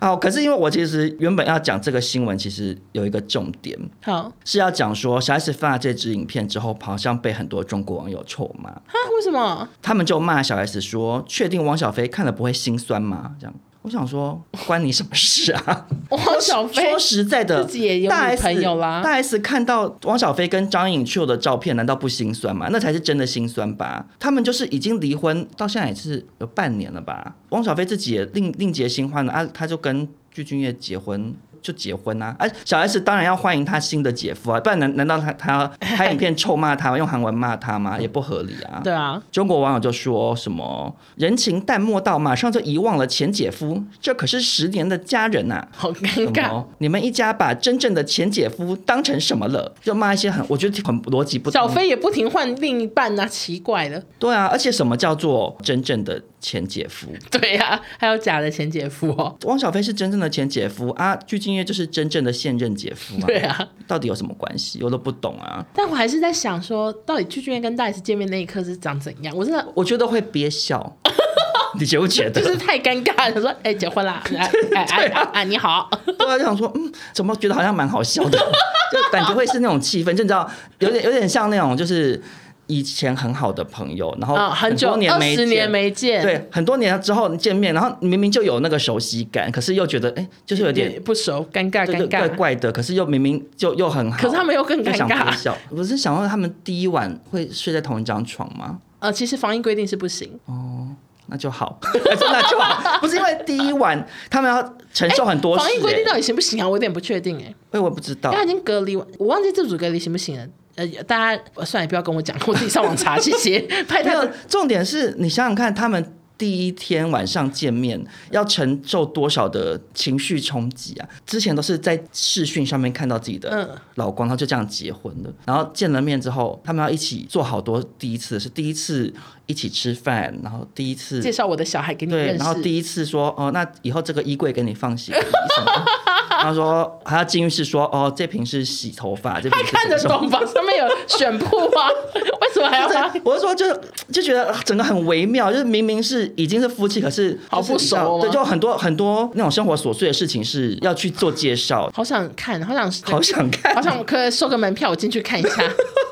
C: 哦，可是因为我其实原本要讲这个新闻，其实有一个重点
B: 好，
C: 是要讲说小 S 发了这支影片之后，好像被很多中国网友臭骂，
B: 哈，为什么？
C: 他们就骂小 S 说：“确定王小飞看了不会心酸吗？”这样。我想说，关你什么事啊？
B: 王小飞
C: 说实在的，
B: 自己也有
C: 大
B: 女
C: S
B: 朋友啦
C: 大 S 看到王小飞跟张颖秀的照片，难道不心酸吗？那才是真的心酸吧。他们就是已经离婚到现在也是有半年了吧。王小飞自己也另另结新欢了啊，他就跟具俊晔结婚。就结婚啊！哎、小 S 当然要欢迎他新的姐夫啊，不然难难道他他要拍影片臭骂他，用韩文骂他吗？也不合理啊。
B: 对啊，
C: 中国网友就说什么人情淡漠到马上就遗忘了前姐夫，这可是十年的家人啊呐、
B: 好尴
C: 什
B: 尬。
C: 么？你们一家把真正的前姐夫当成什么了？就骂一些很，我觉得很逻辑不通
B: 小飞也不停换另一半呐、奇怪了。
C: 对啊，而且什么叫做真正的前姐夫？
B: 对呀、啊，还有假的前姐夫 哦。
C: 汪小菲是真正的前姐夫啊，鞠婧祎就是真正的现任姐夫啊。
B: 对啊，
C: 到底有什么关系？我都不懂啊。
B: 但我还是在想说，到底具俊晔跟大 S 见面那一刻是长怎样？我真的。
C: 我觉得会 憋笑，你觉不觉得？
B: 就是太尴尬了，说哎、结婚啦， 哎哎哎
C: 啊
B: 哎哎，你好，
C: 对啊，就想说，嗯，怎么觉得好像蛮好笑 的，就感觉会是那种气氛，就你知道，有点有点像那种就是以前很好的朋友，然后
B: 啊、很久
C: 哦多年
B: 二
C: 没
B: 十年
C: 见。
B: 没见，
C: 对，很多年之后见面，然后明明就有那个熟悉感，可是又觉得哎，就是有点
B: 不熟，尴尬
C: 对
B: 尴
C: 对怪
B: 尬。
C: 怪的，可是又明明就又很好。
B: 可是他们又更
C: 就
B: 尴
C: 想憋
B: 尬。
C: 笑。我是想问他们第一晚会睡在同一张床吗？
B: 呃，其实防疫规定是不行，
C: 那就好， 那就好，不是因为第一晚他们要承受很多事、
B: 防疫规定
C: 哎
B: 到底行不行啊？我有点不确定哎、
C: 哎，我不知道
B: 因为。他已经隔离完，我忘记自主隔离行不行了。呃，大家呃算了，不要跟我讲， 我自己上网查，谢 谢。拍
C: 没
B: 哎他
C: 有
B: 的，
C: 重点是你想想看，他们第一天晚上见面要承受多少的情绪冲击啊！之前都是在视讯上面看到自己
B: 嗯
C: 的老公，他就这样结婚了。然后见了面之后，他们要一起做好多第一次的事，是第一次一起吃饭，然后第一次
B: 介绍我的小孩给你
C: 对，
B: 认
C: 然后
B: 识。
C: 第一次说哦，那以后这个衣柜给你放洗衣什么的。然后说还要进浴室说哦，这瓶是洗头发，这瓶
B: 他
C: 是
B: 看得
C: 什么什么
B: 懂吧？上面有选布啊， 为什么还要 他
C: 对，我是说就，就觉得啊整个很微妙，就是明明是已经是夫妻，可是就是
B: 好不熟哦
C: 你知道对，就很多很多那种生活琐碎的事情是要去做介绍，
B: 好想看，好想，
C: 好想看。
B: 好想，可以收个门票，我进去看一下。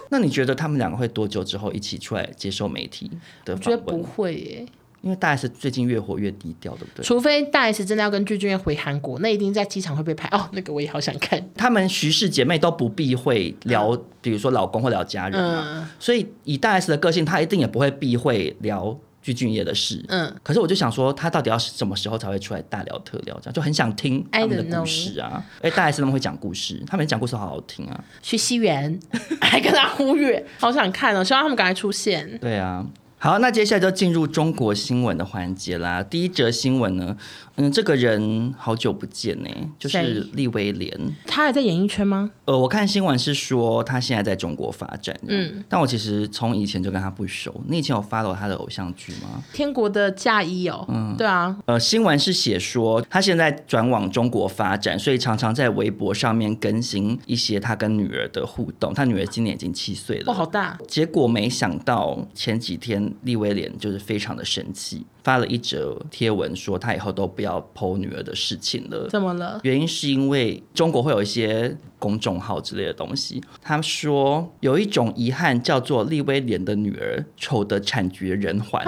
C: 那你觉得他们两个会多久之后一起出来接受媒体的
B: 我觉得
C: 访
B: 不
C: 问？
B: 会耶、
C: 因为大 S 最近越活越低调，对不对？
B: 除非大 S 真的要跟具俊晔回韩国，那一定在机场会被拍。哦，那个我也好想看。
C: 她们徐氏姐妹都不避讳聊，比如说老公或聊家人嘛，
B: 嗯
C: 所以以大 S 的个性，她一定也不会避讳聊具俊晔的事。
B: 嗯，
C: 可是我就想说，她到底要什么时候才会出来大聊特聊？这样就很想听他们
B: I don't
C: 的
B: know
C: 故事啊！哎，大 S 他们会讲故事，他们讲故事好好听啊。
B: 去西园 还跟他呼吁，好想看哦，希望他们赶快出现。
C: 对啊。好，那接下来就进入中国新闻的环节啦。第一则新闻呢，嗯，这个人好久不见呢、就是
B: 谁
C: 利威廉。
B: 他还在演艺圈吗？
C: 呃，我看新闻是说他现在在中国发展，嗯
B: 嗯，
C: 但我其实从以前就跟他不熟。你以前有 follow 他的偶像剧吗？
B: 天国的嫁衣哦，对啊，
C: 呃，新闻是写说他现在转往中国发展，所以常常在微博上面更新一些他跟女儿的互动。他女儿今年已经七岁
B: 哦哇，好
C: 了，
B: 大，
C: 结果没想到前几天利威廉就是非常的生气，发了一则贴文说他以后都不要剖女儿的事情了。
B: 怎么了？
C: 原因是因为中国会有一些公众号之类的东西，他说有一种遗憾叫做利威廉的女儿丑得惨绝人寰，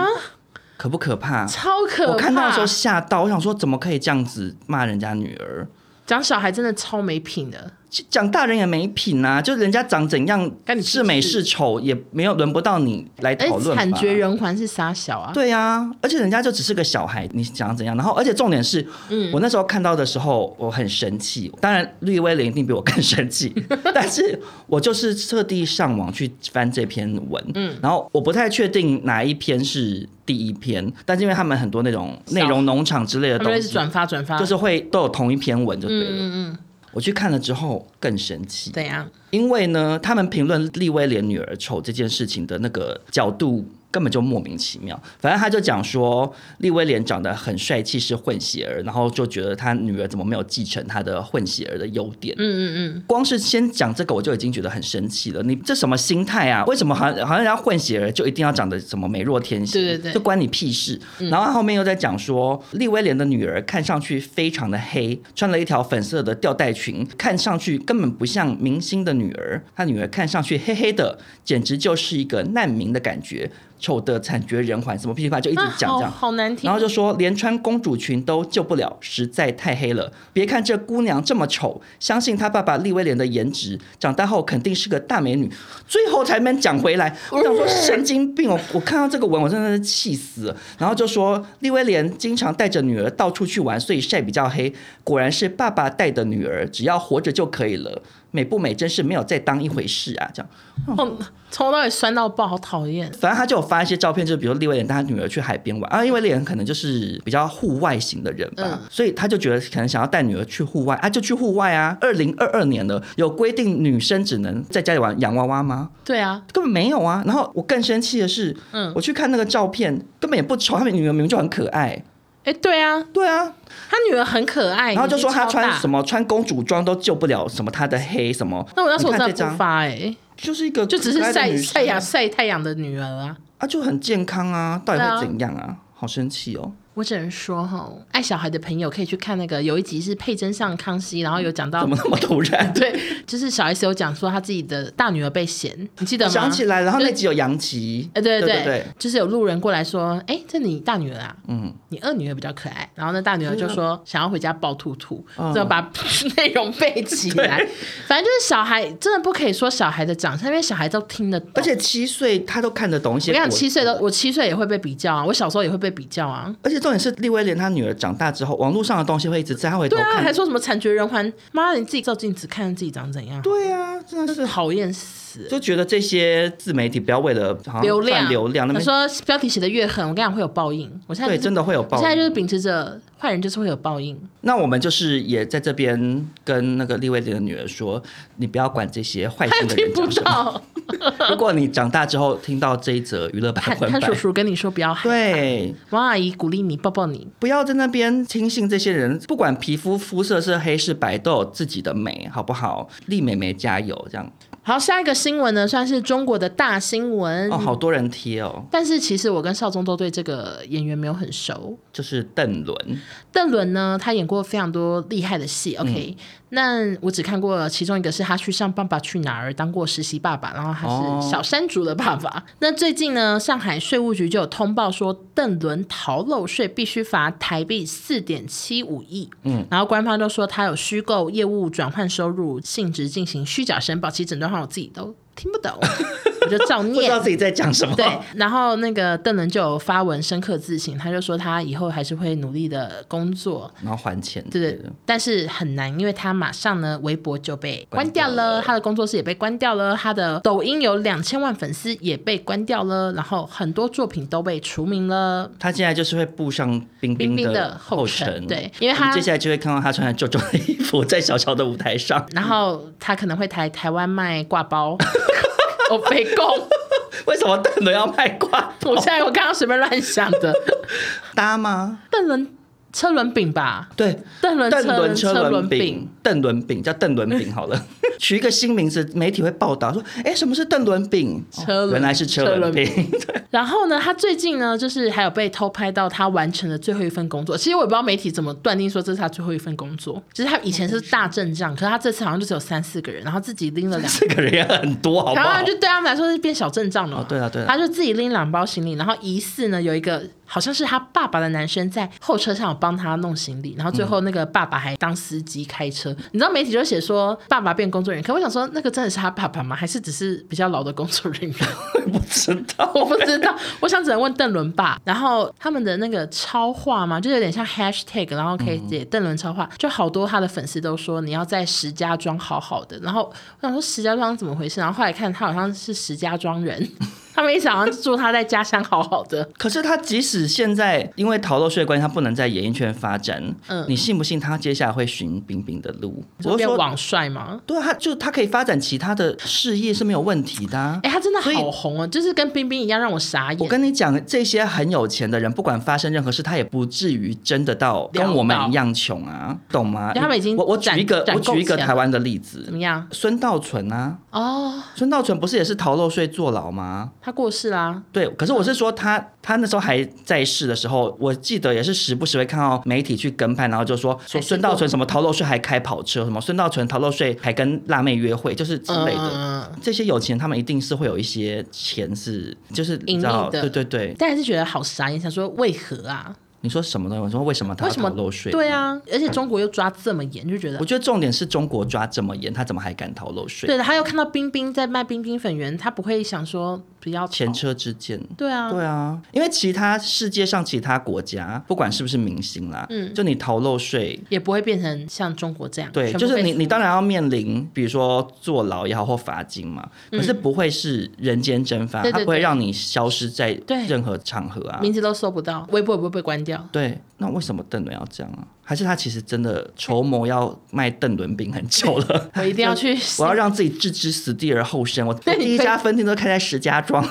C: 可不可怕？
B: 超可啊怕！
C: 我看到的时候吓到，我想说怎么可以这样子骂人家女儿？
B: 讲小孩真的超没品的，
C: 讲大人也没品啊，就人家长怎样
B: 干你屁事
C: 是美是丑也没有轮不到你来
B: 哎
C: 讨，论吧
B: 惨绝人寰是傻小啊！
C: 对啊，而且人家就只是个小孩，你想怎样？然后，而且重点是，
B: 嗯
C: 我那时候看到的时候，我很生气。当然，绿威廉一定比我更 生气，但是我就是特地上网去翻这篇文，嗯，然后我不太确定哪一篇是第一篇，但是因为他们很多那种内容农场之类的
B: 他们
C: 东
B: 一直
C: 西，
B: 转发转发，
C: 就是会都有同一篇文就
B: 嗯
C: 对了。
B: 嗯嗯，
C: 我去看了之后更生气，
B: 怎样？
C: 因为呢，他们评论利威廉女儿丑这件事情的那个角度根本就莫名其妙。反正他就讲说，利威廉长得很帅气，是混血儿，然后就觉得他女儿怎么没有继承他的混血儿的优点。
B: 嗯嗯
C: 光是先讲这个，我就已经觉得很生气了。你这什么心态啊？为什么好像好像人家混血儿就一定要长得什么美若天仙？
B: 对对对嗯
C: 这关你屁事。然后他后面又在讲说，利威廉的女儿看上去非常的黑，穿了一条粉色的吊带裙，看上去根本不像明星的女儿。她女儿看上去黑黑的，简直就是一个难民的感觉，丑的惨绝人寰，什么噼里啪啦就一
B: 嗯，
C: 直
B: 啊
C: 讲
B: 好
C: 这样。
B: 好难听。
C: 然后就说连穿公主裙都救不了，实在太黑了。别看这姑娘这么丑，相信她爸爸利威廉的颜值，长大后肯定是个大美女。最后才能讲回来，我想说神经病哦！我看到这个文，我真的是气死了。然后就说利威廉经常带着女儿到处去玩，所以晒比较黑。果然是爸爸带的女儿，只要活着就可以了。美不美真是没有再当一回事啊！这样，
B: 哦从头到尾酸到爆，好讨厌。
C: 反正他就有发一些照片，就是比如利威廉带他女儿去海边玩啊，因为利威廉可能就是比较户外型的人吧，
B: 嗯
C: 所以他就觉得可能想要带女儿去户外啊，就去户外啊。二零二二年了，有规定女生只能在家里玩洋娃娃吗？
B: 对啊，
C: 根本没有啊。然后我更生气的是，
B: 嗯
C: 我去看那个照片，根本也不丑，他们女儿明明就很可爱。
B: 哎，对啊，
C: 对啊，
B: 他女儿很可爱，
C: 然后就说她穿什
B: 么？
C: 么穿公主装都救不了什么她的黑什么，
B: 那我那时候真
C: 你看
B: 的
C: 这张
B: 不发哎，
C: 就是一个
B: 就只
C: 可
B: 是
C: 爱的
B: 晒
C: 女
B: 晒
C: 生
B: 阳晒太阳的女儿啊。
C: 啊，就很健康啊，到底
B: 对啊
C: 会怎样啊？好生气哦。
B: 我只能说哈，爱小孩的朋友可以去看那个有一集是佩珍上康熙，然后有讲到
C: 怎么那么突然？
B: 对，就是小 S 有讲说她自己的大女儿被嫌，你记得
C: 我
B: 吗？
C: 想起来，然后那集有杨琪，
B: 哎，对
C: 对
B: 对
C: 对，
B: 就是有路人过来说，哎，这你大女儿啊，
C: 嗯，
B: 你二女儿比较可爱。然后那大女儿就说想要回家抱兔兔，
C: 嗯
B: 就把 内容背起来。反正就是小孩真的不可以说小孩的长相，因为小孩都听得懂。
C: 而且七岁他都看得懂一些
B: 我
C: 国。
B: 跟你讲，七岁的我七岁也会被比较啊，我小时候也会被比较啊。
C: 而且重点是利威廉他女儿长大之后，网络上的东西会一直在，他回头
B: 对啊，还
C: 看。
B: 说什么惨绝人寰？妈，你自己照镜子看自己长怎样，
C: 对啊，真的是
B: 讨厌死了。
C: 就觉得这些自媒体不要为了好像
B: 流
C: 赚
B: 量
C: 流量那
B: 啊他
C: 边
B: 说标题写的越狠，我跟你讲会有报应。我现在
C: 对
B: 就是
C: 真的会有报
B: 我现在
C: 应。
B: 就是秉持着坏人就是会有报应。
C: 那我们就是也在这边跟那个利威廉的女儿说，你不要管这些坏
B: 他也
C: 心的人
B: 听不
C: 讲什么。
B: 到，
C: 如果你长大之后听到这一则娱乐版
B: 潘
C: 混
B: 潘
C: 版
B: 叔，叔跟你说不要喊，
C: 对，
B: 王阿姨鼓励你，抱抱你。
C: 不要在那边轻信这些人，不管皮肤肤色是黑是白，都有自己的美，好不好？丽美美加油，这样。
B: 好，下一个新闻呢，算是中国的大新闻。
C: 哦，好多人贴哦，
B: 但是其实我跟少宗都对这个演员没有很熟。
C: 就是邓伦，
B: 邓伦呢，他演过非常多厉害的戏。OK，、那我只看过其中一个是他去上《爸爸去哪儿》当过实习爸爸，然后他
C: 哦
B: 是小山竹的爸爸。那最近呢，上海税务局就有通报说，邓伦逃漏税必须罚台币四点七五亿。嗯，然后官方就说他有虚构业务转换收入性质进行虚假申报，其实整段话我自己都听不懂，我就照
C: 不知
B: 念
C: 道。自己在讲什么。
B: 对，然后那个邓伦就有发文深刻自省，他就说他以后还是会努力的工作，
C: 然后还钱，
B: 对对，但是很难，因为他马上呢微博就被关掉
C: 关掉
B: 了，
C: 了
B: 他的工作室也被关掉了，他的抖音有两千万粉丝也被关掉了，然后很多作品都被除名了。
C: 他现在就是会步上冰
B: 冰冰
C: 的
B: 的后
C: 尘，
B: 尘对因为
C: 我们
B: 他
C: 接下来就会看到他穿着皱皱的衣服在小小的舞台上。
B: 然后他可能会台台湾卖挂 包，我被 供，
C: 为什么邓伦要卖瓜？
B: 我现在我刚刚随便乱想的，
C: 搭吗？
B: 邓伦车轮饼吧，
C: 对，
B: 邓伦
C: 邓伦
B: 车
C: 车
B: 轮
C: 轮
B: 饼
C: 饼，，邓伦饼叫邓伦饼好 了，取一个新名字，媒体会报道说，哎，什么是邓伦饼？哦
B: 车轮
C: 原来是车轮饼，对
B: 然后呢，他最近呢，就是还有被偷拍到他完成的最后一份工作。其实我也不知道媒体怎么断定说这是他最后一份工作，就是他以前是大阵仗，可是他这次好像就只有三四个人，然后自己拎了两。
C: 这个人也很多， 好不
B: 然后
C: 好
B: 他？就对他们来说是变小阵仗了嘛、
C: 哦对啊对啊
B: 他就自己拎两包行李，然后疑似呢有一个好像是他爸爸的男生在后车上有帮他弄行李，然后最后那个爸爸还当司机开车。你知道媒体就写说爸爸变工作人员，可我想说那个真的是他爸爸吗？还是只是比较老的工作人员？
C: 不知道，
B: 我不知道，我想只能问邓伦爸。然后他们的那个超话嘛，就有点像 hashtag，然后可
C: 嗯
B: 以写邓伦超话，就好多他的粉丝都说你要在石家庄好好的。然后我想说石家庄怎么回事？然后后来看他好像是石家庄人， 他们一直好像祝他在家乡好好的。
C: 可是他即使现在因为逃漏税的关系，他不能在演艺圈发展，
B: 嗯
C: 你信不信他接下来会寻冰冰的路？
B: 就
C: 我是
B: 变
C: 说，
B: 网帅吗？
C: 对啊，他就他可以发展其他的事业是没有问题的啊、
B: 哎、他真的
C: 所以
B: 好红哦，就是跟冰冰一样让我傻眼。
C: 我跟你讲，这些很有钱的人，不管发生任何事，他也不至于真的到跟我们一样穷啊，懂吗？
B: 因为他们已经
C: 我我举
B: 攒
C: 一个
B: 攒
C: 我
B: 够
C: 举一个
B: 钱
C: 台湾的例
B: 怎么
C: 子，
B: 样？
C: 孙道存啊，
B: 哦，
C: 孙道存不是也是逃漏税坐牢吗？
B: 他过世啦、
C: 对，可是我是说他，他那时候还在世的时候，我记得也是时不时会看到媒体去跟拍，然后就说说
B: 还是
C: 孙道存什么逃漏税还开跑车，什么孙道存逃漏税还跟辣妹约会，就是之类的。
B: 嗯
C: 这些有钱人他们一定是会有一些钱是就是你
B: 盈利
C: 知道，
B: 的
C: 对对对。
B: 但还是觉得好傻眼，想说为何啊？
C: 你说什么东西？我说为什么他
B: 为
C: 要
B: 什么
C: 逃漏税？
B: 对，啊，而且中国又抓这么严，就觉得
C: 我觉得重点是中国抓这么严，他怎么还敢逃漏税？
B: 对的。他又看到冰冰在卖冰冰粉圆，他不会想说不要
C: 前
B: 炒
C: 车之鉴。
B: 对啊，
C: 对啊，因为其他世界上其他国家，不管是不是明星啦，嗯，就你逃漏税，
B: 也不会变成像中国这样。
C: 对，
B: 全部
C: 就是
B: 被
C: 你，
B: 服
C: 你当然要面临，比如说坐牢也好或罚金嘛，可是不会是人间蒸发，
B: 嗯对对
C: 它不会
B: 对
C: 让你消失在
B: 对
C: 任何场合啊。
B: 名字都搜不到，微博也不会被关 掉。
C: 对，那为什么邓伦要这样啊？还是他其实真的筹谋要卖邓伦饼很久 了？
B: 我一定要去
C: 我要让自己置之死地而后生。我
B: 那
C: 我
B: 你
C: 第一
B: 可以
C: 家分店都开在石家庄，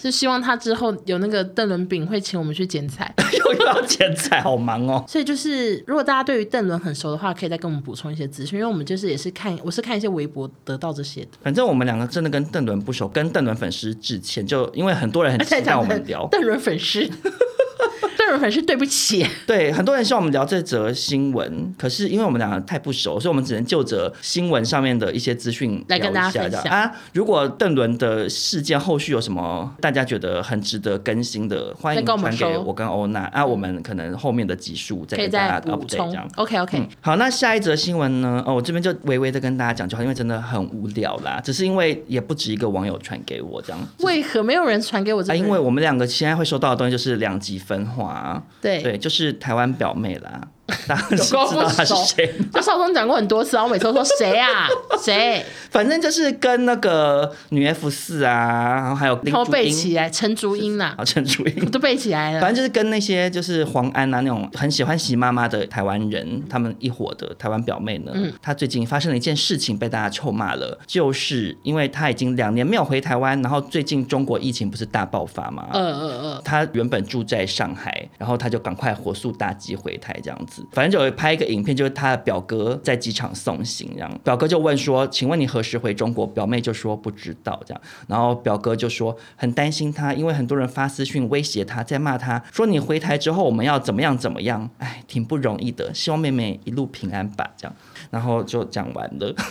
B: 就希望他之后有那个邓伦饼会请我们去剪 彩。
C: 又要剪彩，好 忙哦。
B: 所以就是，如果大家对于邓伦很熟的话，可以再跟我们补充一些资讯，因为我们就是也是看，我是看一些微博得到这些 的。
C: 反正我们两个真的跟邓伦不熟，跟邓伦粉丝致歉，就因为很多人很
B: 而且
C: 期待
B: 讲
C: 我们聊，
B: 邓伦粉丝， 邓伦粉丝，对不起。
C: 对，很多人希望我们聊这则新闻，可是因为我们两个太不熟，所以我们只能就着新闻上面的一些资讯
B: 来跟
C: 聊一
B: 大家分
C: 下这样
B: 享
C: 啊。如果邓伦的事件后续有什么大家觉得很值得更新的，欢
B: 再
C: 迎
B: 跟我们
C: 传给
B: 说
C: 我跟欧娜啊，我们可能后面的集数再
B: 可以
C: 跟
B: 再
C: 大家
B: 补
C: update
B: 充
C: 这样。。
B: OK OK，、
C: 嗯，好，那下一则新闻呢？哦，我这边就微微的跟大家讲就好，因为真的很无聊啦，只是因为也不止一个网友传给我这样。
B: 为何没有人传给我这个
C: 啊，
B: 人？
C: 因为我们两个现在会收到的东西就是两极分化啊，
B: 对
C: 对，就是台湾表妹啦，大家是知
B: 够
C: 道
B: 不
C: 她是
B: 熟
C: 谁。
B: 就少宗讲过很多次，然后我每次都说谁 啊谁，
C: 反正就是跟那个女 F 四啊，然后还有林
B: 然后
C: 珠
B: 背
C: 英，
B: 起来，陈竹英啦，
C: 啊，陈 竹
B: 我
C: 英。
B: 都背起来
C: 反
B: 了。
C: 正就是跟那些就是黄安啊那种很喜欢习妈妈的台湾人，他们一伙的台湾表妹呢，
B: 嗯
C: 她最近发生了一件事情被大家臭骂了，就是因为她已经两年没有回台湾，然后最近中国疫情不是大爆发嘛，
B: 呃呃呃，
C: 他原本住在上海，然后他就赶快火速搭机回台这样子。子。反正就有拍一个影片，就是他的表哥在机场送行，这样表哥就问说：“请问你何时回中国？”表妹就说不知道这样，然后表哥就说很担心他，因为很多人发私讯威胁他，在骂他说你回台之后我们要怎么样怎么样，哎，挺不容易的，希望妹妹一路平安吧，这样，然后就讲完了。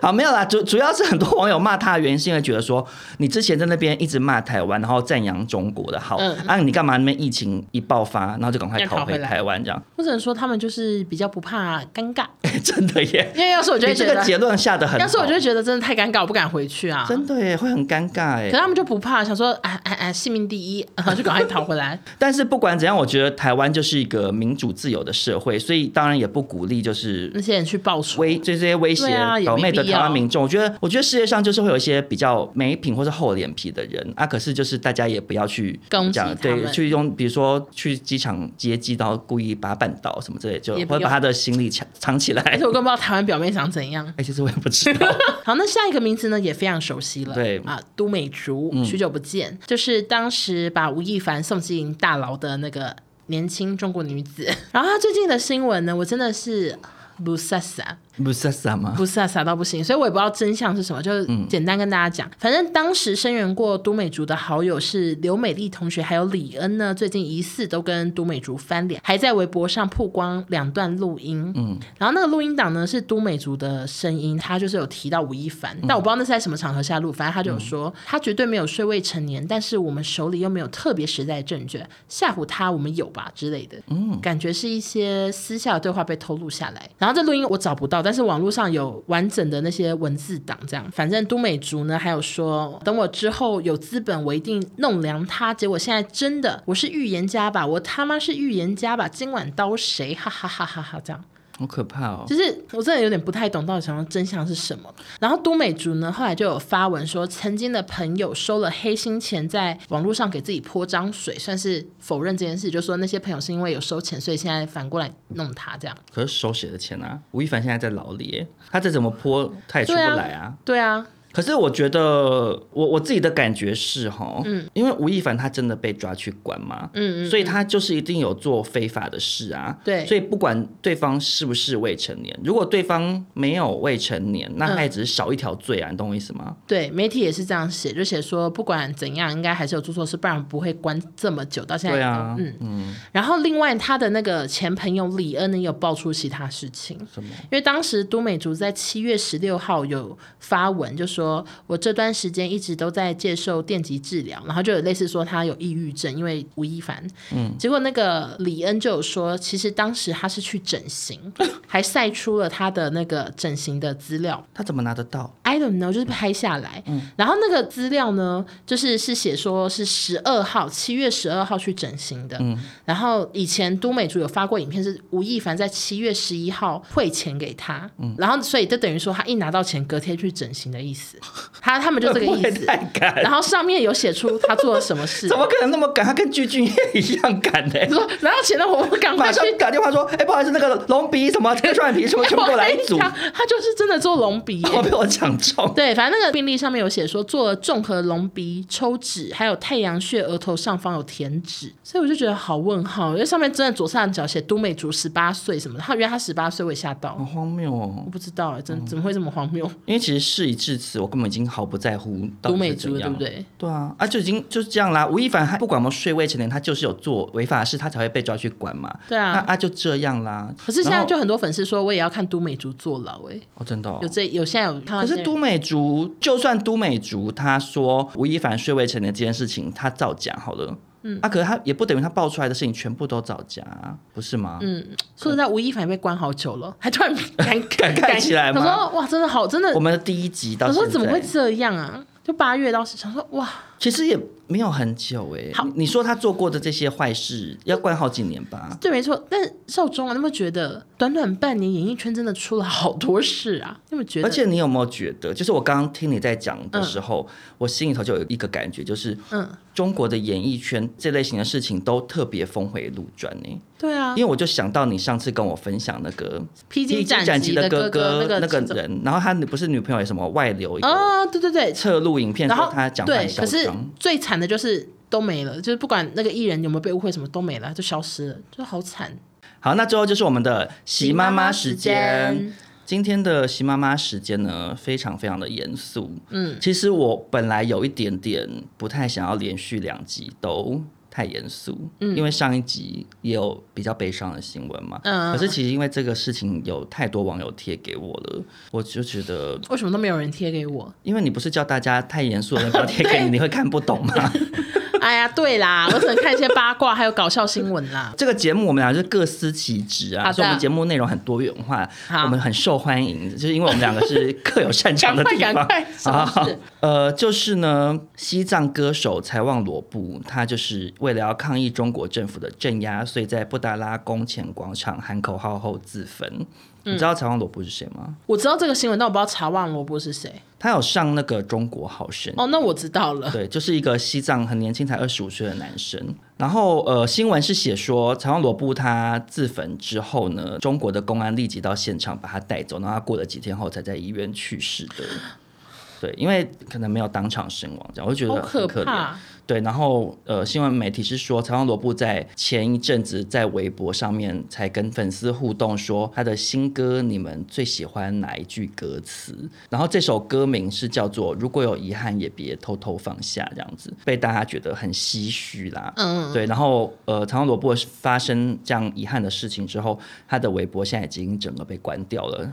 C: 好，没有啦，主主要是很多网友骂他，原因是因为觉得说你之前在那边一直骂台湾，然后赞扬中国的好，
B: 嗯
C: 啊，你干嘛那边疫情一爆发，然后就赶快
B: 要逃
C: 逃回
B: 回来
C: 台湾这样？
B: 或者说他们就是比较不怕尴尬，
C: 真的耶，
B: 因为要是我就
C: 你
B: 会
C: 这
B: 觉得
C: 个，结论下的很好，
B: 要是我就会觉得真的太尴尬，我不敢回去啊。
C: 真的耶，会很尴尬耶
B: 可。他们就不怕，想说哎哎哎，性命第一，然后就赶快逃回来。
C: 但是不管怎样，我觉得台湾就是一个民主自由的社会，所以当然也不鼓励就是
B: 那些人去报仇，
C: 威这些威胁
B: 对啊也没
C: 表妹的
B: 必
C: 台
B: 要
C: 湾民众。我觉得，我觉得世界上就是会有一些比较没品或是厚脸皮的人啊，可是就是大家也不要去
B: 攻击
C: 讲
B: 他
C: 对，
B: 们
C: 去用比如说去机场接机，然后故意把他绊倒什么之类的，就
B: 也不
C: 会把
B: 用
C: 他的行李藏 藏起来。
B: 而且我更不知道台湾表妹想怎样。
C: 哎、其实我也不知道，
B: 好，那下一个名词呢也非常熟悉了，
C: 对
B: 啊，都美竹，许久不见，就是当时把吴亦凡送进大牢的那个年轻中国女子。然后她最近的新闻呢，我真的是。不飒飒，
C: 不是啊什么
B: 不飒飒到不行，所以我也不知道真相是什么，就是简单跟大家讲。反正当时声援过都美竹的好友是刘美丽同学，还有李恩呢，最近疑似都跟都美竹翻脸，还在微博上曝光两段录音。嗯，然后那个录音档呢是都美竹的声音，她就是有提到吴亦凡，但我不知道那是在什么场合下录，反正她就有说，她绝对没有睡未成年，但是我们手里又没有特别实在的证据，吓唬她我们有吧之类的。嗯，感觉是一些私下的对话被偷录下来，然后这录音我找不到，但是网络上有完整的那些文字档，这样。反正都美竹呢还有说，等我之后有资本，我一定弄凉他。结果现在真的，我是预言家吧，我他妈是预言家吧，今晚刀谁？哈哈哈哈哈，这样。
C: 好可怕哦！
B: 就是我真的有点不太懂到底想要真相是什么。然后都美竹呢，后来就有发文说，曾经的朋友收了黑心钱，在网络上给自己泼脏水，算是否认这件事，就说那些朋友是因为有收钱，所以现在反过来弄他这样。
C: 可是手写的钱啊，吴亦凡现在在牢里耶，他再怎么泼，他也出不
B: 对啊
C: 来啊
B: 对啊，
C: 可是我觉得，我我自己的感觉是哈，嗯，因为吴亦凡他真的被抓去关嘛，嗯嗯，所以他就是一定有做非法的事啊，
B: 对
C: 所以不管对方是不是未成年，如果对方没有未成年，
B: 嗯
C: 那他也只是少一条罪啊，你懂我意思吗？
B: 对，媒体也是这样写，就写说不管怎样，应该还是有做错事，不然不会关这么久，到现在
C: 对啊，
B: 嗯然后另外他的那个前朋友李恩呢，也有爆出其他事情，
C: 什么？
B: 因为当时都美竹在七月十六号有发文，就说我这段时间一直都在接受电极治疗，然后就有类似说她有抑郁症，因为吴亦凡。嗯，结果那个李恩就有说，其实当时她是去整形，还晒出了她的那个整形的资料。
C: 他怎么拿得到？
B: I don't know，就是拍下来，
C: 嗯
B: 然后那个资料呢，就是是写说是十二号，七月十二号去整形的。
C: 嗯
B: 然后以前都美竹有发过影片，是吴亦凡在七月十一号汇钱给他，
C: 嗯
B: 然后所以就等于说他一拿到钱，隔天去整形的意思。他他们就这个意
C: 会不会
B: 思。
C: 太赶，
B: 然后上面有写出他做了什么事
C: 怎，么可能那么赶？他跟具俊晔一样赶的、
B: 说拿到钱了， 我们赶
C: 马
B: 快
C: 上
B: 去
C: 打电话说，哎、不好意思，那个隆鼻什么、这 个双眼皮什么，全部给我来一 组
B: 我。跟你讲他就是真的做隆鼻耶、
C: 我被我讲中，
B: 对，反正那个病例上面有写说，做了综合隆鼻、抽脂，还有太阳穴额头上方有填脂，所以我就觉得好问号，因为上面真的左上角写都美竹十八岁什么的，他原来他十八岁，我也吓到，
C: 好荒谬哦。
B: 我不知道哎、真怎么会这么荒谬？
C: 因为其实事已至此，我根本已经毫不在乎到
B: 都
C: 底
B: 美
C: 是
B: 竹
C: 怎
B: 对
C: 样
B: 不？对？
C: 对啊，啊就已经就是这样啦。吴亦凡他不管我们睡未成年，他就是有做违法的事，他才会被抓去管嘛。
B: 对啊
C: 那啊就这样啦。
B: 可是现在
C: 然后
B: 就很多粉丝说，我也要看都美竹坐牢哎、
C: 哦真的、哦
B: 有。这有现在有看到
C: 可
B: 这
C: 是
B: 样，
C: 都美竹，就算都美竹她说吴亦凡睡未成年这件事情，她造假好了，嗯，啊，可是她也不等于她爆出来的事情全部都造假、啊，不是吗？嗯，
B: 说实在，吴亦凡也被关好久了，还突然感
C: 感慨起来
B: 他
C: 吗
B: 说哇，真的好，真的
C: 我，们的第一集到
B: 我
C: 现
B: 说
C: 在，
B: 怎么会这样啊？就八月到时想说哇，
C: 其实也没有很久哎、
B: 好
C: 你你说她做过的这些坏事，要关好几年吧？
B: 对，没错。但是少中啊，你有没有觉得短短半年演艺圈真的出了好多事啊？你有没有觉得？
C: 而且你有没有觉得，就是我刚刚听你在讲的时候，我心里头就有一个感觉，就是
B: 嗯，
C: 中国的演艺圈这类型的事情都特别峰回路转呢、
B: 对啊
C: 因，为我就想到你上次跟我分享那个
B: 披荆
C: 斩
B: 斩
C: 棘
B: 的
C: 哥
B: 哥
C: 那
B: 那
C: 个
B: 其中
C: 人，然后他不是女朋友有什么外流一个
B: 啊，对对对。
C: 侧录影片，
B: 然
C: 说
B: 后
C: 他讲话
B: 对
C: 很，嚣
B: 可是
C: 张。
B: 最惨的就是都没了，就是不管那个艺人有没有被误会，什么都没了，就消失了，就好惨。
C: 好，那最后就是我们的习妈妈时
B: 习妈妈时
C: 间
B: 间。
C: 今天的习妈妈时间呢，非常非常的严肃。嗯，其实我本来有一点点不太想要连续两集都太严肃，嗯，因为上一集也有比较悲伤的新闻嘛。
B: 嗯
C: 可是其实因为这个事情有太多网友贴给我了，我就觉得，
B: 为什么都没有人贴给我？
C: 因为你不是叫大家太严肃的不要贴 给你，你会看不懂吗？
B: 哎呀，对啦，我只能看一些八卦，还有搞笑新闻啦。
C: 这个节目我们俩就是各司其职
B: 好
C: 啊，
B: 的
C: 所以我们节目内容很多元化，
B: 好
C: 我们很受欢迎，就是因为我们两个是各有擅长的地 方。
B: 赶快赶快什么事
C: 好呃，就是呢，西藏歌手财旺罗布，他就是为了要抗议中国政府的镇压，所以在布达拉宫前广场喊口号后自焚。你
B: 嗯
C: 知道财旺罗布是谁吗？
B: 我知道这个新闻，但我不知道查旺萝卜是谁。
C: 他有上那个《中国好声音》
B: 哦，那我知道了。
C: 对，就是一个西藏很年轻，才二十五岁的男生。然后呃，新闻是写说，长旺罗布他自焚之后呢，中国的公安立即到现场把他带走，然后他过了几天后才在医院去世的。对，因为可能没有当场身亡，这样我就觉
B: 好
C: 得很
B: 可
C: 可怜。
B: 怕！
C: 对，然后呃，新闻媒体是说，长旺罗布在前一阵子在微博上面才跟粉丝互动说，他的新歌你们最喜欢哪一句歌词？然后这首歌名是叫做《如果有遗憾也别偷偷放下》，这样子被大家觉得很唏嘘啦。嗯，对，然后呃，长旺罗布发生这样遗憾的事情之后，他的微博现在已经整个被关掉了。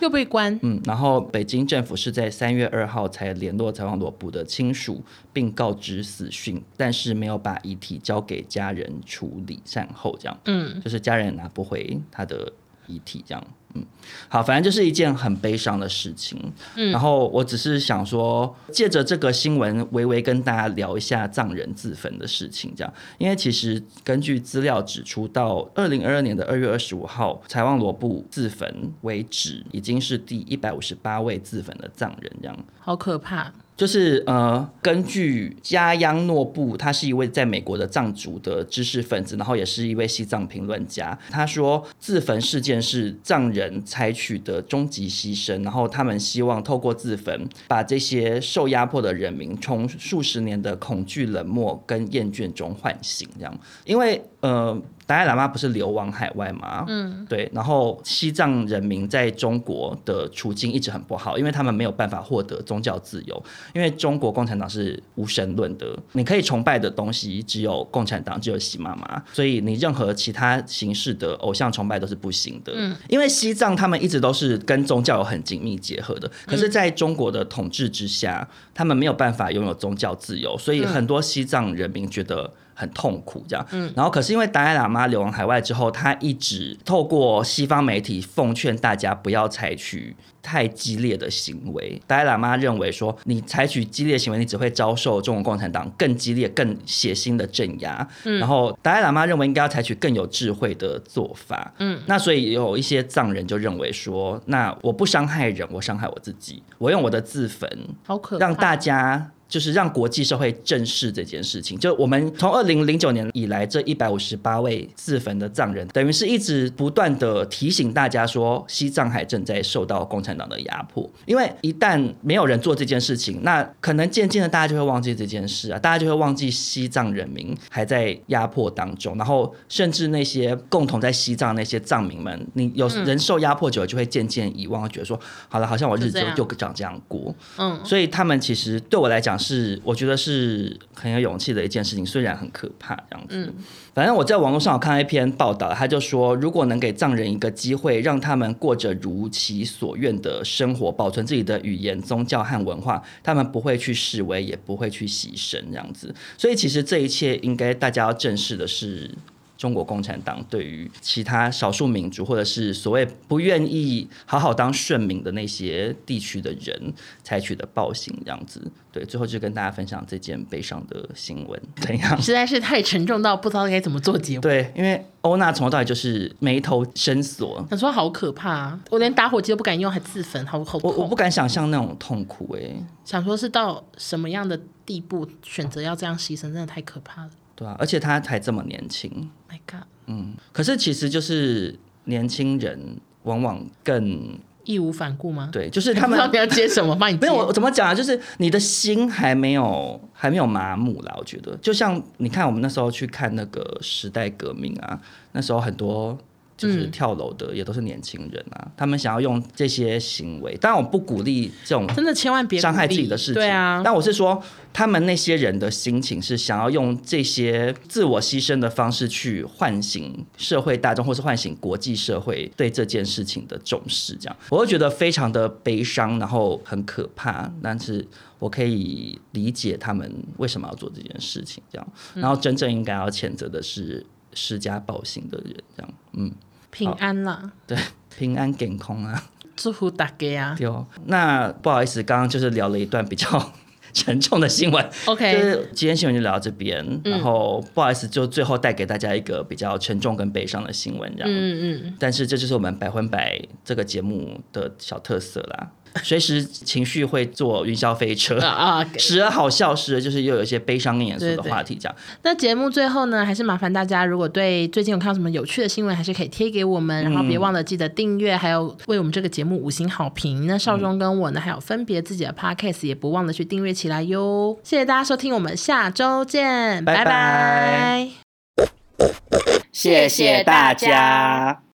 B: 又被关，
C: 嗯，然后北京政府是在三月二号才联络采访罗布的亲属，并告知死讯，但是没有把遗体交给家人处理善后，这样，嗯，就是家人也拿不回他的遗体，这样，嗯，好，反正就是一件很悲伤的事情。嗯，然后我只是想说，借着这个新闻，微微跟大家聊一下藏人自焚的事情，这样，因为其实根据资料指出，到二零二二年的二月二十五号，财旺罗布自焚为止，已经是第一百五十八位自焚的藏人，这样。
B: 好可怕！
C: 就是呃，根据加央诺布，他是一位在美国的藏族的知识分子，然后也是一位西藏评论家。他说，自焚事件是藏人采取的终极牺牲，然后他们希望透过自焚，把这些受压迫的人民从数十年的恐惧、冷漠跟厌倦中唤醒。这样，因为呃，达赖喇嘛不是流亡海外嘛，嗯，对，然后西藏人民在中国的处境一直很不好，因为他们没有办法获得宗教自由，因为中国共产党是无神论的，你可以崇拜的东西只有共产党，只有习妈妈，所以你任何其他形式的偶像崇拜都是不行的。嗯，因为西藏他们一直都是跟宗教有很紧密结合的，可是在中国的统治之下，他们没有办法拥有宗教自由，所以很多西藏人民觉得。很痛苦这样。然后可是因为达赖喇嘛流亡海外之后，他一直透过西方媒体奉劝大家不要采取太激烈的行为。达赖喇嘛认为说，你采取激烈行为，你只会遭受中国共产党更激烈、更血腥的镇压。然后达赖喇嘛认为应该要采取更有智慧的做法。嗯，那所以有一些藏人就认为说，那我不伤害人，我伤害我自己，我用我的自焚
B: 好可怕！
C: 让大家就是让国际社会正视这件事情。就我们从二零零九年以来，这一百五十八位自焚的藏人，等于是一直不断的提醒大家说，西藏还正在受到共产党的压迫。因为一旦没有人做这件事情，那可能渐渐的大家就会忘记这件事啊，大家就会忘记西藏人民还在压迫当中，然后甚至那些共同在西藏那些藏民们，你有人受压迫久了，就会渐渐遗忘，觉得说，好了，好像我日
B: 就这
C: 子
B: 样
C: 就长这样过。
B: 嗯，
C: 所以他们其实对我来讲是，我觉得是很有勇气的一件事情，虽然很可怕这样子。
B: 嗯
C: 反正我在网络上有看到一篇报道，他就说，如果能给藏人一个机会，让他们过着如其所愿的生活，保存自己的语言、宗教和文化，他们不会去示威，也不会去牺牲这样子。所以其实这一切应该大家要正视的是。中国共产党对于其他少数民族，或者是所谓不愿意好好当顺民的那些地区的人，采取的暴行这样子。对，最后就跟大家分享这件悲伤的新闻，怎样？
B: 实在是太沉重到不知道该怎么做结尾。
C: 对，因为欧娜从头到尾就是眉头深锁，
B: 想说好可怕、啊，我连打火机都不敢用，还自焚，好好
C: 我
B: 痛。
C: 我不敢想象那种痛苦哎、
B: 想说是到什么样的地步，选择要这样牺牲，真的太可怕了。
C: 对啊，而且她还这么年轻，
B: My God，
C: 可是其实就是年轻人往往更
B: 义无反顾吗？
C: 对，就是他们
B: 不知道你 要接什么，帮你接
C: 没有，我怎么讲啊？就是你的心还没有还没有麻木啦。我觉得，就像你看，我们那时候去看那个时代革命啊，那时候很多就是跳楼的也都是年轻人啊，他们想要用这些行为。当然，我不鼓励这种
B: 真的千万别
C: 伤害
B: 鼓
C: 自
B: 励
C: 己的事情。
B: 对啊，
C: 但我是说，他们那些人的心情是想要用这些自我牺牲的方式去唤醒社会大众，或是唤醒国际社会对这件事情的重视。这样，我会觉得非常的悲伤，然后很可怕。但是我可以理解他们为什么要做这件事情。这样，
B: 嗯
C: 然后真正应该要谴责的是施加暴行的人。这样，嗯，
B: 平安啦，
C: 对，平安健康啊。
B: 祝福大家啊。
C: 对哦，那不好意思，刚刚就是聊了一段比较 沉重的新闻，就
B: OK，
C: 是今天新闻就聊到这边，
B: 嗯
C: 然后不好意思，就最后带给大家一个比较沉重跟悲伤的新闻这样。
B: 嗯嗯，
C: 但是这就是我们百分百这个节目的小特色啦， 随时情绪会坐云霄飞车
B: 啊。 啊，给
C: 时而好笑，时而就是又有一些悲伤严肃的
B: 对对
C: 话题，这样
B: 那节目最后呢，还是麻烦大家，如果对最近有看到什么有趣的新闻，还是可以贴给我们，然后别
C: 嗯
B: 忘了记得订阅，还有为我们这个节目五星好评。那
C: 嗯
B: 少中跟我呢，还有分别自己的 podcast，也不忘了去订阅起来哟。谢谢大家收听，我们下周见，拜
C: 拜拜
B: 拜
A: 谢谢大家。